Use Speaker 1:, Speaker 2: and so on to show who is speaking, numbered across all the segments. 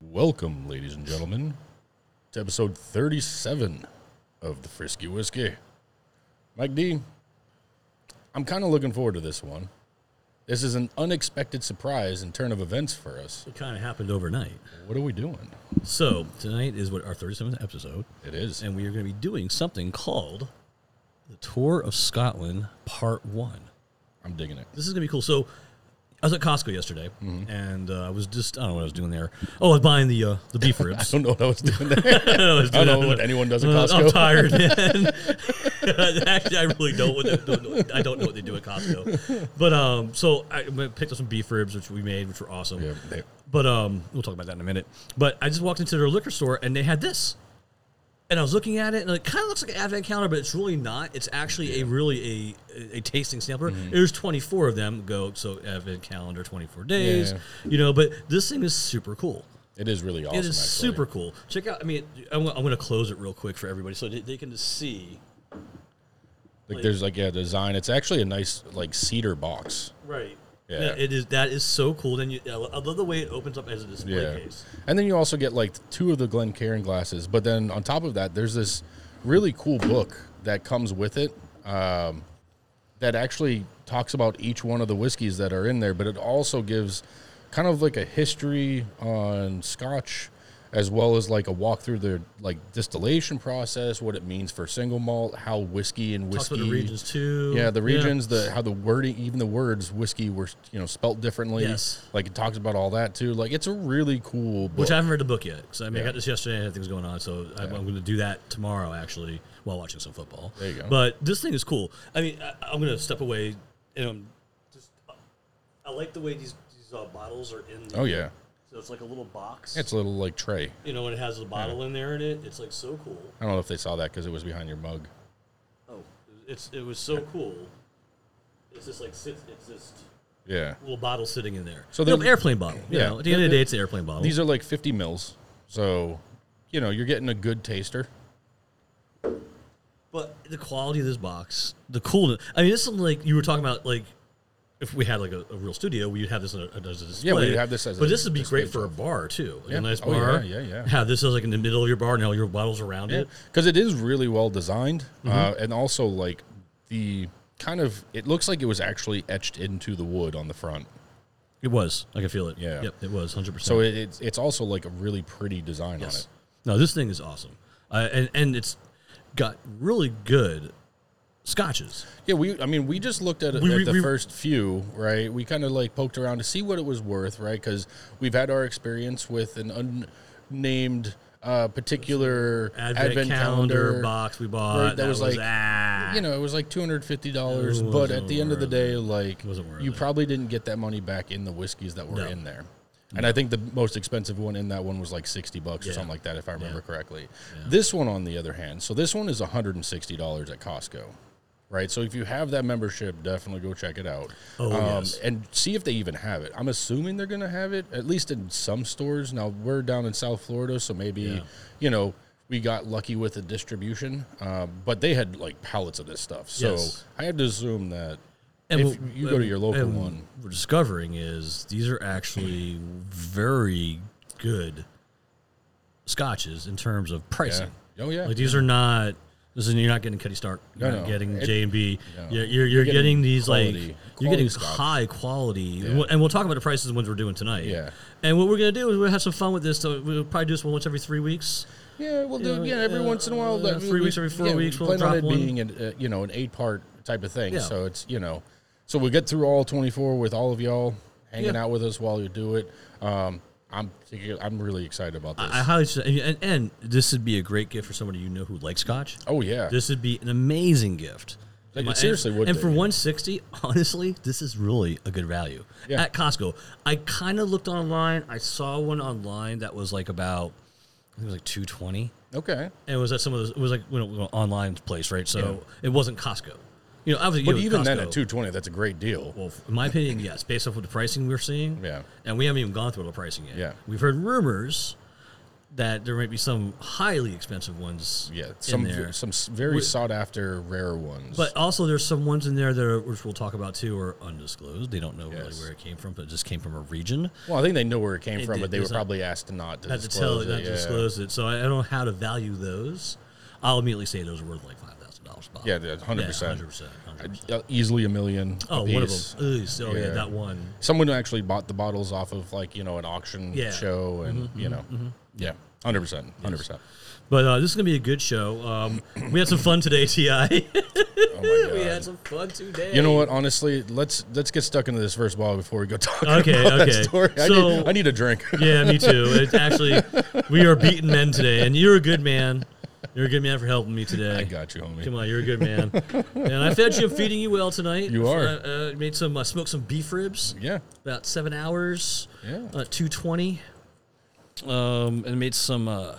Speaker 1: Welcome, ladies and gentlemen, to episode 37 of the Frisky Whiskey. Mike D, I'm kind of looking forward to this one. This is an unexpected surprise and turn of events for us.
Speaker 2: It kind of happened overnight.
Speaker 1: What are we doing?
Speaker 2: So tonight is what our 37th episode,
Speaker 1: It is.
Speaker 2: and we are going to be doing something called the Tour of Scotland Part One.
Speaker 1: I'm digging it.
Speaker 2: This is going to be cool. So I was at Costco yesterday,
Speaker 1: Mm-hmm.
Speaker 2: and uh, I was just I don't know what I was doing there. Oh, I was buying the uh, the beef
Speaker 1: I
Speaker 2: ribs.
Speaker 1: don't know what I was doing there.
Speaker 2: I was
Speaker 1: I
Speaker 2: doing
Speaker 1: don't know
Speaker 2: that.
Speaker 1: what anyone does at
Speaker 2: Uh, I'm
Speaker 1: Costco.
Speaker 2: tired, man. Actually, I really don't. What they, don't know- I don't know what they do at Costco. But um, so I picked up some beef ribs, which we made, which were awesome.
Speaker 1: Yeah, they-
Speaker 2: But um, we'll talk about that in a minute. But I just walked into their liquor store and they had this, and I was looking at it and it kind of looks like an advent calendar, but it's really not. It's actually a really a a tasting sampler.
Speaker 1: Mm-hmm.
Speaker 2: There's 24 of them go so advent calendar 24 days,
Speaker 1: Yeah.
Speaker 2: you know. But this thing is super cool.
Speaker 1: it is really awesome.
Speaker 2: It is
Speaker 1: actually.
Speaker 2: super cool. Check out. I mean, I'm, I'm going to close it real quick for everybody so they, they can just see.
Speaker 1: Like, there's like a design. It's actually a nice like cedar box.
Speaker 2: Right.
Speaker 1: Yeah.
Speaker 2: It is. That is so cool. Then you, I lo- I love the way it opens up as a display
Speaker 1: Yeah.
Speaker 2: case.
Speaker 1: And then you also get like two of the Glencairn glasses. But then on top of that, there's this really cool book that comes with it um, that actually talks about each one of the whiskeys that are in there. But it also gives kind of like a history on Scotch as well as like a walk through their like distillation process, what it means for single malt, how whiskey and
Speaker 2: Talks
Speaker 1: whiskey
Speaker 2: about the regions too.
Speaker 1: yeah, the regions, the how the wording, even the words whiskey were you know spelt differently.
Speaker 2: Yes.
Speaker 1: like it talks about all that too. Like it's a really cool book.
Speaker 2: Which I haven't read the book yet because I, mean,
Speaker 1: Yeah.
Speaker 2: I got this yesterday and everything's going on. So I, I'm going to do that tomorrow actually while watching some football.
Speaker 1: There you go.
Speaker 2: But this thing is cool. I mean, I, I'm going to step away and um, just I like the way these these uh, bottles are in. The,
Speaker 1: oh yeah,
Speaker 2: So it's like a little box.
Speaker 1: it's a little like tray.
Speaker 2: you know, and it has a bottle in there in it. It's like so cool.
Speaker 1: I don't know if they saw that because it was behind your mug.
Speaker 2: Oh, it's it was so cool. It's just like sits. It's just
Speaker 1: Yeah,
Speaker 2: little bottle sitting in there.
Speaker 1: So
Speaker 2: So you know,
Speaker 1: they're-
Speaker 2: airplane bottle. You
Speaker 1: yeah.
Speaker 2: know, at the end of the day, it's an airplane bottle.
Speaker 1: these are like fifty mils, so you know you're getting a good taster.
Speaker 2: But the quality of this box, the coolness. I mean, this is something like you were talking about. Like, if we had like a, a real studio, we'd have this in a- as a display.
Speaker 1: Yeah, we'd have this as
Speaker 2: But
Speaker 1: a
Speaker 2: this would be
Speaker 1: display
Speaker 2: great for a bar too. Like
Speaker 1: Yeah.
Speaker 2: A nice
Speaker 1: Oh, yeah,
Speaker 2: bar.
Speaker 1: yeah, yeah.
Speaker 2: Have this as like in the middle of your bar, and all your bottles around it.
Speaker 1: because it is really well designed,
Speaker 2: Mm-hmm.
Speaker 1: uh, and also like the kind of it looks like it was actually etched into the wood on the front.
Speaker 2: It was. I can feel it.
Speaker 1: Yeah.
Speaker 2: Yep. It was hundred percent.
Speaker 1: So it, it's it's also like a really pretty design on it.
Speaker 2: No, this thing is awesome, uh, and and it's got really good scotches.
Speaker 1: Yeah, we. I mean, we just looked at,
Speaker 2: We-
Speaker 1: at
Speaker 2: we-
Speaker 1: the
Speaker 2: we-
Speaker 1: first few, right? We kind of like poked around to see what it was worth, right? Because we've had our experience with an unnamed uh, particular
Speaker 2: Advent, calendar, box we bought
Speaker 1: right, that was like,
Speaker 2: ah,
Speaker 1: You know, it was like two hundred fifty dollars,
Speaker 2: It
Speaker 1: but at
Speaker 2: wasn't
Speaker 1: the end of the
Speaker 2: worth
Speaker 1: day, like
Speaker 2: Wasn't worth
Speaker 1: you
Speaker 2: it.
Speaker 1: probably didn't get that money back in the whiskeys that were
Speaker 2: No.
Speaker 1: in there. And I think the most expensive one in that one was like sixty bucks or
Speaker 2: Yeah.
Speaker 1: something like that, if I remember correctly.
Speaker 2: Yeah.
Speaker 1: This one, on the other hand, so this one is one hundred and sixty dollars at Costco, right? So if you have that membership, definitely go check it out. Um,
Speaker 2: Oh, yes.
Speaker 1: And see if they even have it. I'm assuming they're going to have it at least in some stores. Now we're down in South Florida, so maybe
Speaker 2: Yeah.
Speaker 1: you know we got lucky with the distribution, um, but they had like pallets of this stuff. So
Speaker 2: Yes.
Speaker 1: I have to assume that
Speaker 2: And
Speaker 1: if
Speaker 2: what-
Speaker 1: you go to your local
Speaker 2: and
Speaker 1: one,
Speaker 2: We're discovering is these are actually very good scotches in terms of pricing.
Speaker 1: oh yeah,
Speaker 2: Like these are not. This is you're not getting Cutty Stark. You're
Speaker 1: No,
Speaker 2: not
Speaker 1: no.
Speaker 2: getting
Speaker 1: It-
Speaker 2: J and B.
Speaker 1: no.
Speaker 2: You're you're, you're
Speaker 1: getting
Speaker 2: getting, these
Speaker 1: quality-
Speaker 2: like you're getting
Speaker 1: quality scotch.
Speaker 2: high quality. And we'll- And we'll talk about the prices of the ones we're doing tonight.
Speaker 1: Yeah.
Speaker 2: And what we're gonna do is we'll have some fun with this. So we'll probably do this one once every three weeks.
Speaker 1: yeah, we'll do
Speaker 2: know,
Speaker 1: it yeah, every
Speaker 2: uh,
Speaker 1: once in a while.
Speaker 2: uh,
Speaker 1: we-
Speaker 2: three
Speaker 1: we-
Speaker 2: weeks, every four
Speaker 1: yeah, we
Speaker 2: weeks, we'll
Speaker 1: plan on
Speaker 2: drop
Speaker 1: it
Speaker 2: one.
Speaker 1: being an, uh, you know an eight part type of thing.
Speaker 2: Yeah.
Speaker 1: So it's you know, so we'll get through all twenty four with all of y'all hanging
Speaker 2: Yeah.
Speaker 1: out with us while you do it. Um, I'm I'm really excited about this.
Speaker 2: I, I highly su- and, and this would be a great gift for somebody you know who likes scotch.
Speaker 1: oh yeah,
Speaker 2: This would be an amazing gift.
Speaker 1: Like, it
Speaker 2: And-
Speaker 1: seriously would
Speaker 2: And
Speaker 1: be.
Speaker 2: for 160, honestly, this is really a good value.
Speaker 1: Yeah.
Speaker 2: At Costco, I kind of looked online. I saw one online that was like about I think it was like 220.
Speaker 1: okay.
Speaker 2: And it was at some of those it was like you know, online place, right? So it wasn't Costco. You know, obviously
Speaker 1: But
Speaker 2: you know,
Speaker 1: even then,
Speaker 2: Costco-
Speaker 1: at two twenty, that's a great deal.
Speaker 2: well, in my opinion, yes, based off of the pricing we're seeing.
Speaker 1: Yeah.
Speaker 2: And we haven't even gone through all the pricing yet.
Speaker 1: Yeah.
Speaker 2: We've heard rumors that there might be some highly expensive ones.
Speaker 1: Yeah,
Speaker 2: in
Speaker 1: some
Speaker 2: there.
Speaker 1: some s- very sought after rare ones.
Speaker 2: But also, there's some ones in there that, are, which we'll talk about too, are undisclosed. They don't know really
Speaker 1: Yes.
Speaker 2: where it came from, but it just came from a region.
Speaker 1: well, I think they know where it came
Speaker 2: It-
Speaker 1: from, but they were
Speaker 2: there's not-
Speaker 1: probably asked to not to
Speaker 2: Not to tell,
Speaker 1: disclose
Speaker 2: not
Speaker 1: it.
Speaker 2: to
Speaker 1: yeah.
Speaker 2: disclose it. So I, I don't know how to value those. I'll immediately say those are worth like five thousand dollars.
Speaker 1: Yeah, the- 100%.
Speaker 2: hundred percent.
Speaker 1: Uh, Easily a million.
Speaker 2: Oh, one of them.
Speaker 1: apiece.
Speaker 2: Ugh, so- oh yeah.
Speaker 1: Yeah.
Speaker 2: that one.
Speaker 1: Someone who actually bought the bottles off of like you know an auction
Speaker 2: Yeah. Mm-hmm,
Speaker 1: show, and you know, yeah, hundred percent, hundred percent.
Speaker 2: But uh, this is gonna be a good show. Um, we had some fun today, Ti.
Speaker 1: Oh my god.
Speaker 2: we had some fun today.
Speaker 1: You know what? Honestly, let's let's get stuck into this first ball before we go talk
Speaker 2: Okay,
Speaker 1: about
Speaker 2: okay.
Speaker 1: that story. I,
Speaker 2: So-
Speaker 1: need, I need a drink.
Speaker 2: Yeah, me too. It's actually we are beaten men today, and you're a good man. You're a good man for helping me today.
Speaker 1: I got you, homie.
Speaker 2: Come on, you're a good man. and I fed you. I'm feeding you well tonight.
Speaker 1: You are.
Speaker 2: Uh, uh, made some uh, smoked some beef ribs.
Speaker 1: Yeah,
Speaker 2: About seven hours.
Speaker 1: Yeah.
Speaker 2: Uh, Two twenty. Um, and made some uh,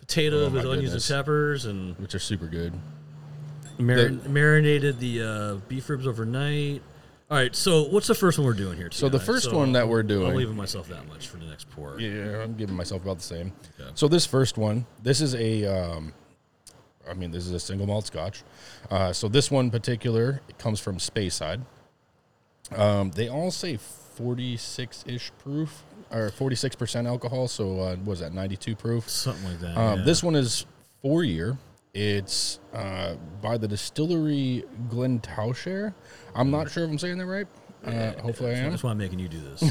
Speaker 2: potato
Speaker 1: Oh, my
Speaker 2: with onions
Speaker 1: goodness.
Speaker 2: and peppers, and
Speaker 1: which are super good.
Speaker 2: marin- marinated the uh, beef ribs overnight. All right. So what's the first one we're doing here?
Speaker 1: So the
Speaker 2: tonight?
Speaker 1: first one that we're
Speaker 2: I'm
Speaker 1: doing,
Speaker 2: leaving myself that much for the next pour.
Speaker 1: yeah, I'm giving myself about the same. So this first one, this is a, um, I mean, this is a single malt Scotch. Uh, so this one in particular it comes from Speyside. Um, they all say 46 ish proof or 46 percent alcohol. So uh, what is that 92 proof?
Speaker 2: Something like that.
Speaker 1: Um,
Speaker 2: yeah.
Speaker 1: This one is four year. It's uh, by the distillery Glen Tauscher. I'm not sure if I'm saying that right. Uh, hopefully I am.
Speaker 2: That's why I'm making you do this.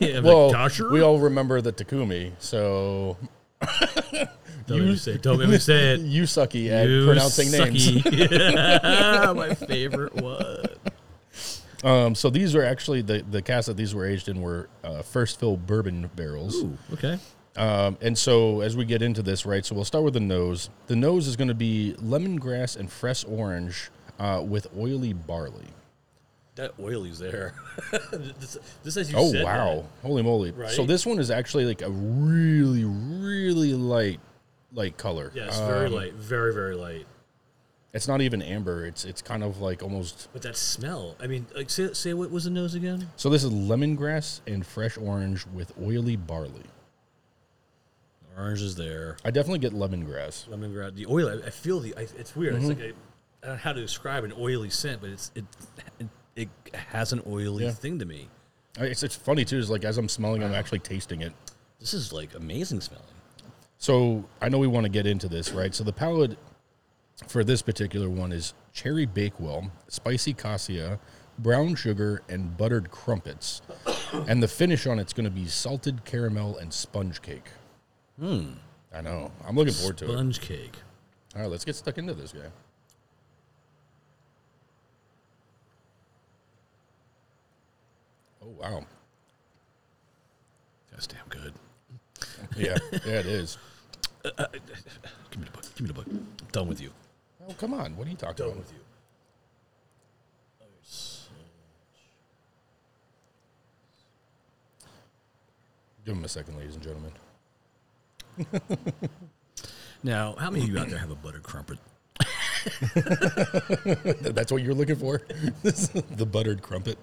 Speaker 2: Yeah, I'm
Speaker 1: Well,
Speaker 2: like, "Tasher?"
Speaker 1: we all remember the Takumi, so
Speaker 2: Don't make me say. Don't make me say it.
Speaker 1: you sucky at
Speaker 2: You
Speaker 1: pronouncing names.
Speaker 2: sucky. My favorite one.
Speaker 1: Um, so these were actually the the casks that these were aged in were uh, first fill bourbon barrels.
Speaker 2: Ooh, okay.
Speaker 1: Um, and so as we get into this, right? So we'll start with the nose. The nose is going to be lemongrass and fresh orange uh, with oily barley.
Speaker 2: That oily's there. this, this, as you
Speaker 1: Oh
Speaker 2: said
Speaker 1: wow! Holy moly! So
Speaker 2: Right?
Speaker 1: this one is actually like a really, really light, light color.
Speaker 2: that. Yes,
Speaker 1: Uh,
Speaker 2: very light, very very light.
Speaker 1: it's not even amber. It's it's kind of like almost.
Speaker 2: But that smell. I mean, like say, say what was the nose again?
Speaker 1: So this is lemongrass and fresh orange with oily barley.
Speaker 2: Orange is there.
Speaker 1: I definitely get lemongrass.
Speaker 2: Lemongrass. The oil. I, I feel the. I, it's weird.
Speaker 1: Mm-hmm.
Speaker 2: It's like a, I don't know how to describe an oily scent, but it's it it, it has an oily
Speaker 1: Yeah.
Speaker 2: thing to me.
Speaker 1: I- It's it's funny too. Is like as I'm smelling, I'm actually tasting it.
Speaker 2: This is like amazing smelling.
Speaker 1: So I know we want to get into this, right? So the palate for this particular one is cherry bakewell, spicy cassia, brown sugar, and buttered crumpets. and the finish on it's going to be salted caramel and sponge cake. Hmm. I know. I'm looking forward to it.
Speaker 2: Sponge cake.
Speaker 1: All right, let's get stuck into this guy. Oh wow!
Speaker 2: That's damn good.
Speaker 1: Yeah, yeah, it is.
Speaker 2: Give me the book. Give me the book. I'm done with you.
Speaker 1: Oh come on! What are you talking
Speaker 2: Done
Speaker 1: about?
Speaker 2: with you.
Speaker 1: Give him a second, ladies and gentlemen.
Speaker 2: Now, how many of you out there have a buttered crumpet?
Speaker 1: That's what you're looking for? the buttered crumpet.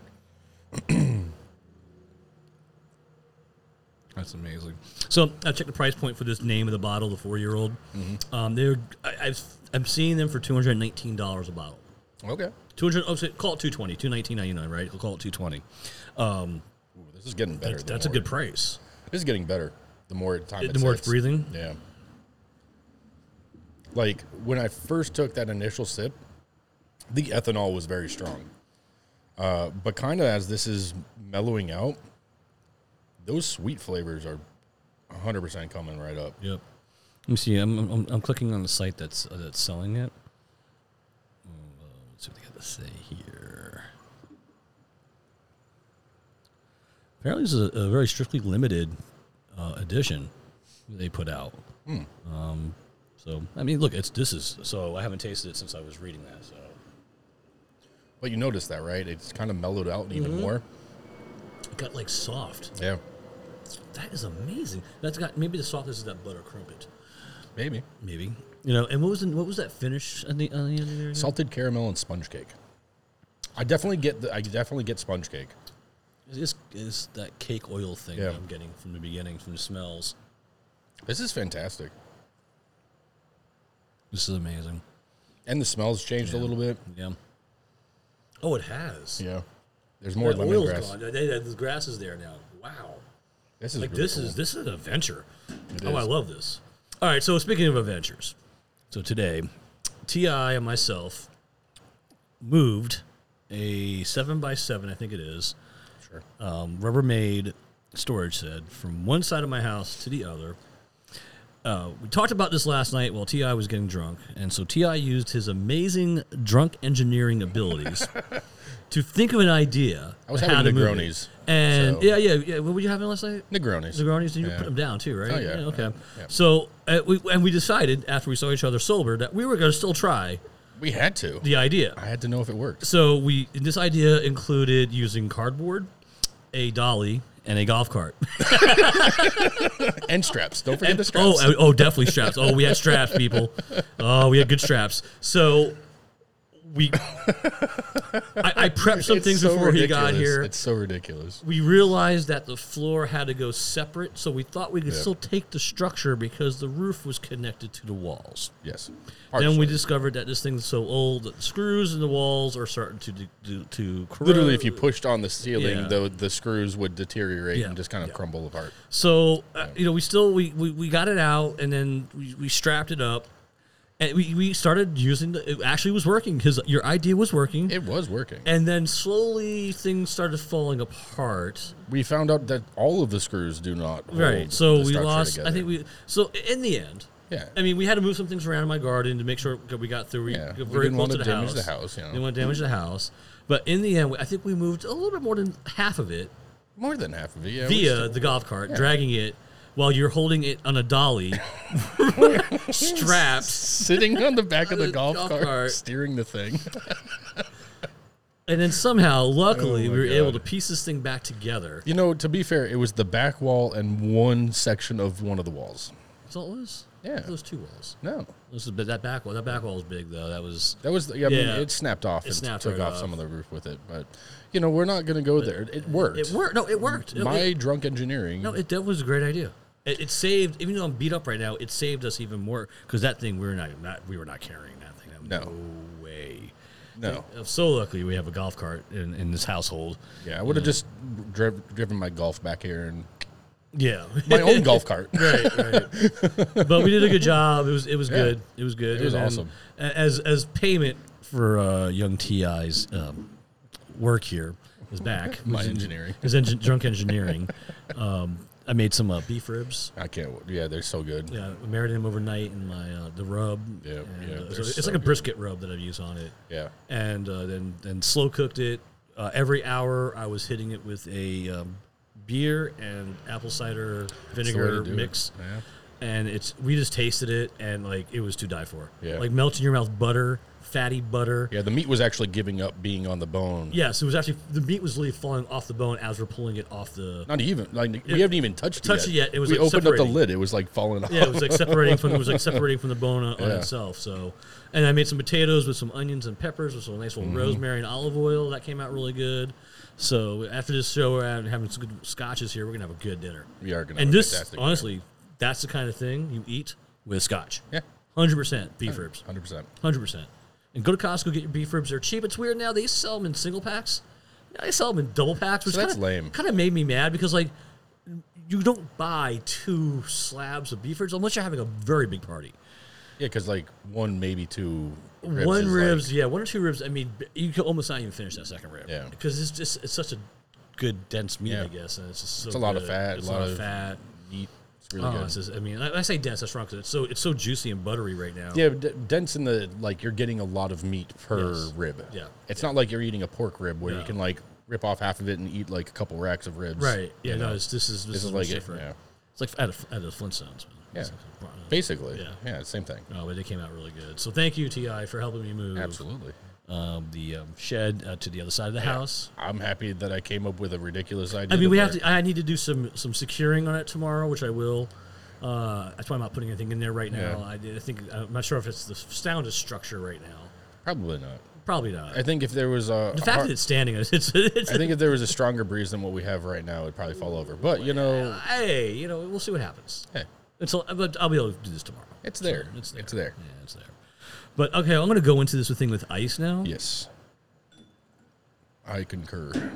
Speaker 2: That's amazing. So I checked the price point for this name of the bottle, the four-year-old. Um, they're I, I've, I'm seeing them for two hundred nineteen dollars a bottle.
Speaker 1: Okay.
Speaker 2: Two hundred. Oh, so call it two twenty. Two nineteen ninety nine. Right. We'll call it two twenty. Um,
Speaker 1: Ooh, this is getting better.
Speaker 2: that's,
Speaker 1: the
Speaker 2: that's a
Speaker 1: more-
Speaker 2: good price.
Speaker 1: This is getting better the more time it
Speaker 2: the more it's
Speaker 1: sits.
Speaker 2: breathing.
Speaker 1: Yeah. Like when I first took that initial sip, the ethanol was very strong. Uh, but kind of as this is mellowing out, those sweet flavors are 100% coming right up.
Speaker 2: Yep. Let me see. I'm I'm, I'm clicking on the site that's uh, that's selling it. Uh, Let's see what they got to say here. Apparently, this is a, a very strictly limited uh, edition they put out. Um, so I mean, look, it's this is so I haven't tasted it since I was reading that. So
Speaker 1: But you notice that, right? It's kind of mellowed out even
Speaker 2: Mm-hmm.
Speaker 1: more.
Speaker 2: it got like soft.
Speaker 1: Yeah.
Speaker 2: That is amazing. That's got maybe the softness is that butter crumpet.
Speaker 1: Maybe.
Speaker 2: Maybe you know. And what was the, what was that finish on the on the end of there? again?
Speaker 1: salted caramel and sponge cake. I definitely get the, I definitely get sponge cake.
Speaker 2: It's, it's that cake oil thing
Speaker 1: Yeah.
Speaker 2: that I'm getting from the beginning, from the smells.
Speaker 1: This is fantastic.
Speaker 2: This is amazing.
Speaker 1: And the smells changed a little bit.
Speaker 2: Yeah. Oh, it has.
Speaker 1: Yeah. There's more
Speaker 2: That oil's
Speaker 1: lemongrass.
Speaker 2: gone. They- they- the grass is there now. Wow.
Speaker 1: This is
Speaker 2: Like
Speaker 1: really
Speaker 2: this
Speaker 1: cool.
Speaker 2: is this is an adventure.
Speaker 1: It
Speaker 2: oh, I
Speaker 1: is.
Speaker 2: love this. All right, so speaking of adventures, so today, Ti and myself moved a seven by seven, I think it is,
Speaker 1: Sure.
Speaker 2: um, Rubbermaid storage shed from one side of my house to the other. Uh, we talked about this last night while Ti was getting drunk, and so Ti used his amazing drunk engineering abilities to think of an idea.
Speaker 1: I was
Speaker 2: of
Speaker 1: having
Speaker 2: how to move it.
Speaker 1: Negronis,
Speaker 2: and
Speaker 1: so-
Speaker 2: yeah, yeah, yeah. What were you having last night?
Speaker 1: Negronis.
Speaker 2: Negronis, and you
Speaker 1: Yeah.
Speaker 2: put them down too, right?
Speaker 1: Oh, yeah.
Speaker 2: okay.
Speaker 1: Yeah.
Speaker 2: So uh, we and we decided after we saw each other sober that we were going to still try
Speaker 1: We had to.
Speaker 2: the idea.
Speaker 1: I had to know if it worked.
Speaker 2: So we this idea included using cardboard, a dolly, and a golf cart.
Speaker 1: And straps. Don't forget the straps.
Speaker 2: oh, and- oh, definitely straps. Oh, we had straps, people. Oh, we had good straps. So we, I, I prepped some
Speaker 1: It's
Speaker 2: things
Speaker 1: so
Speaker 2: before he got
Speaker 1: ridiculous.
Speaker 2: here.
Speaker 1: It's so ridiculous.
Speaker 2: we realized that the floor had to go separate, so we thought we could
Speaker 1: Yeah.
Speaker 2: still take the structure because the roof was connected to the walls.
Speaker 1: Yes.
Speaker 2: Then we
Speaker 1: Partially.
Speaker 2: discovered that this thing's so old that the screws in the walls are starting to de- to, to corrode.
Speaker 1: literally if you pushed on the ceiling,
Speaker 2: Yeah.
Speaker 1: the the screws would deteriorate
Speaker 2: Yeah.
Speaker 1: and just kind of
Speaker 2: Yeah.
Speaker 1: crumble apart.
Speaker 2: So uh, you know, we still we, we, we got it out, and then we, we strapped it up, and we, we started using. The, it actually was working because your idea was working,
Speaker 1: It was working.
Speaker 2: and then slowly things started falling apart.
Speaker 1: we found out that all of the screws do not. Hold
Speaker 2: Right. So
Speaker 1: the
Speaker 2: we
Speaker 1: structure
Speaker 2: lost. I
Speaker 1: together.
Speaker 2: think we. So in the end,
Speaker 1: Yeah.
Speaker 2: I mean, we had to move some things around in my garden to make sure that we got through. We
Speaker 1: Yeah,
Speaker 2: got
Speaker 1: we
Speaker 2: very
Speaker 1: didn't
Speaker 2: close
Speaker 1: want
Speaker 2: to
Speaker 1: to
Speaker 2: the
Speaker 1: damage
Speaker 2: house.
Speaker 1: the house, you know.
Speaker 2: Didn't want to damage the house. But in the end, we- I think we moved a little bit more than half of it
Speaker 1: more than half of it. Yeah. we
Speaker 2: via
Speaker 1: still-
Speaker 2: the golf cart, dragging it while you're holding it on a dolly, strapped,
Speaker 1: sitting on the back of the golf,
Speaker 2: golf
Speaker 1: cart,
Speaker 2: cart.
Speaker 1: steering the thing.
Speaker 2: and then somehow, luckily,
Speaker 1: Oh my
Speaker 2: we were able to
Speaker 1: God.
Speaker 2: piece this thing back together.
Speaker 1: you know, to be fair, it was the back wall and one section of one of the walls.
Speaker 2: That's all it was.
Speaker 1: Yeah.
Speaker 2: those two walls.
Speaker 1: No,
Speaker 2: This is but that back wall. That back wall was big though. That was
Speaker 1: that was. Yeah, I
Speaker 2: Yeah.
Speaker 1: mean, it snapped off and
Speaker 2: snapped
Speaker 1: took
Speaker 2: right
Speaker 1: off
Speaker 2: off.
Speaker 1: some of the roof with it. But you know, we're not going to go there. It worked.
Speaker 2: it worked. No, it worked. It-
Speaker 1: My
Speaker 2: it-
Speaker 1: drunk engineering.
Speaker 2: No, it that was a great idea. It, it saved, even though I'm beat up right now, it saved us even more because that thing we were not, not we were not carrying that thing.
Speaker 1: No.
Speaker 2: way.
Speaker 1: no.
Speaker 2: So luckily we have a golf cart in, in this household.
Speaker 1: Yeah, I would
Speaker 2: Mm.
Speaker 1: have just driv- driven my golf back here and
Speaker 2: Yeah,
Speaker 1: my own golf cart.
Speaker 2: right, right. but we did a good job. It was it was
Speaker 1: Yeah.
Speaker 2: good. It was good.
Speaker 1: It was
Speaker 2: And then
Speaker 1: awesome.
Speaker 2: a- As as payment for uh, young Ti's um, work here, his back,
Speaker 1: My
Speaker 2: his-
Speaker 1: engineering.
Speaker 2: his engine, drunk engineering. Um, I made some uh, beef ribs.
Speaker 1: I can't. w- Yeah, they're so good.
Speaker 2: Yeah, I marinated them overnight in my uh, the rub.
Speaker 1: Yeah,
Speaker 2: and,
Speaker 1: yeah,
Speaker 2: uh,
Speaker 1: they're
Speaker 2: so it's
Speaker 1: so
Speaker 2: like a
Speaker 1: good.
Speaker 2: brisket rub that I've used on it.
Speaker 1: Yeah.
Speaker 2: And uh, then then slow cooked it. Uh, every hour I was hitting it with a um, beer and apple cider
Speaker 1: That's the way to
Speaker 2: vinegar
Speaker 1: do it.
Speaker 2: mix.
Speaker 1: Yeah.
Speaker 2: And it's we just tasted it and like it was to die for.
Speaker 1: Yeah.
Speaker 2: Like melt in your mouth butter, fatty butter.
Speaker 1: Yeah, the meat was actually giving up being on the bone.
Speaker 2: Yes, it was actually the meat was literally falling off the bone as we're pulling it off the.
Speaker 1: Not even like we haven't even touched,
Speaker 2: Touched
Speaker 1: it
Speaker 2: it
Speaker 1: yet.
Speaker 2: yet, it was,
Speaker 1: we
Speaker 2: like,
Speaker 1: opened up
Speaker 2: separating.
Speaker 1: the lid. It was like falling off.
Speaker 2: Yeah, it was like separating from it was like separating from the bone on, on
Speaker 1: Yeah.
Speaker 2: itself. So, and I made some potatoes with some onions and peppers with some nice
Speaker 1: Mm-hmm.
Speaker 2: little rosemary and olive oil that came out really good. So after this show, we're out having some good scotches here. We're gonna have a good dinner.
Speaker 1: We are gonna
Speaker 2: And
Speaker 1: have a
Speaker 2: this,
Speaker 1: fantastic dinner.
Speaker 2: honestly, that's the kind of thing you eat with scotch.
Speaker 1: Yeah.
Speaker 2: hundred percent beef ribs.
Speaker 1: hundred percent.
Speaker 2: Hundred percent. And go to Costco, get your beef ribs. They're cheap. It's weird now. They used to sell them in single packs. Now they sell them in double packs, which
Speaker 1: So that's
Speaker 2: kinda,
Speaker 1: lame.
Speaker 2: Kind of made me mad because like you don't buy two slabs of beef ribs unless you're having a very big party.
Speaker 1: Yeah, because like one maybe two. Ribs
Speaker 2: one
Speaker 1: is,
Speaker 2: ribs, yeah, one or two ribs. I mean, b- you can almost not even finish that second rib,
Speaker 1: Yeah.
Speaker 2: because it's just it's such a good dense meat,
Speaker 1: Yeah.
Speaker 2: I guess, and it's just so
Speaker 1: It's a lot of
Speaker 2: good.
Speaker 1: fat,
Speaker 2: It's
Speaker 1: a lot
Speaker 2: of
Speaker 1: of-
Speaker 2: fat.
Speaker 1: like, meat. It's really
Speaker 2: Oh,
Speaker 1: good.
Speaker 2: it's just- I mean, I, I say dense. That's wrong because it's so it's so juicy and buttery right now.
Speaker 1: yeah, d- dense in the like you're getting a lot of meat per
Speaker 2: Yes.
Speaker 1: rib.
Speaker 2: Yeah.
Speaker 1: it's not like you're eating a pork rib where
Speaker 2: No.
Speaker 1: you can like rip off half of it and eat like a couple racks of ribs.
Speaker 2: Right. Yeah.
Speaker 1: you
Speaker 2: No.
Speaker 1: know?
Speaker 2: It's, this is this, is,
Speaker 1: is
Speaker 2: much
Speaker 1: like it,
Speaker 2: different.
Speaker 1: yeah.
Speaker 2: It's like out of out of the Flintstones. man.
Speaker 1: Yeah.
Speaker 2: It's like a-
Speaker 1: basically.
Speaker 2: Yeah.
Speaker 1: yeah, same thing.
Speaker 2: No, but they came out really good. So thank you, Ti, for helping me move
Speaker 1: Absolutely.
Speaker 2: um, the um, shed uh, to the other side of the house.
Speaker 1: I'm happy that I came up with a ridiculous idea.
Speaker 2: I mean, we
Speaker 1: where-
Speaker 2: have to. I need to do some some securing on it tomorrow, which I will. Uh, that's why I'm not putting anything in there right now.
Speaker 1: Yeah.
Speaker 2: I, did- I think I'm not sure if it's the soundest structure right now.
Speaker 1: probably not.
Speaker 2: Probably not.
Speaker 1: I think if there was a,
Speaker 2: the
Speaker 1: a
Speaker 2: fact
Speaker 1: har-
Speaker 2: that it's standing, it's, it's, it's
Speaker 1: I think if there was a stronger breeze than what we have right now, it'd probably fall over. But you know,
Speaker 2: hey, you know, we'll see what happens.
Speaker 1: hey,
Speaker 2: Until but I'll be able to do this tomorrow.
Speaker 1: It's there.
Speaker 2: It's there.
Speaker 1: It's there.
Speaker 2: Yeah, it's there. But okay, I'm going to go into this thing with ice now.
Speaker 1: Yes. I concur.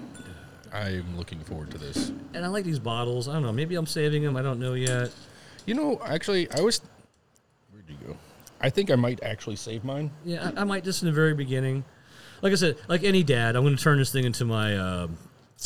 Speaker 1: I'm looking forward to this.
Speaker 2: And I like these bottles. I don't know. Maybe I'm saving them. I don't know yet.
Speaker 1: You know, actually, I was. Where'd you go? I think I might actually save mine.
Speaker 2: Yeah, I, I might just in the very beginning. Like I said, like any dad, I'm going to turn this thing into my um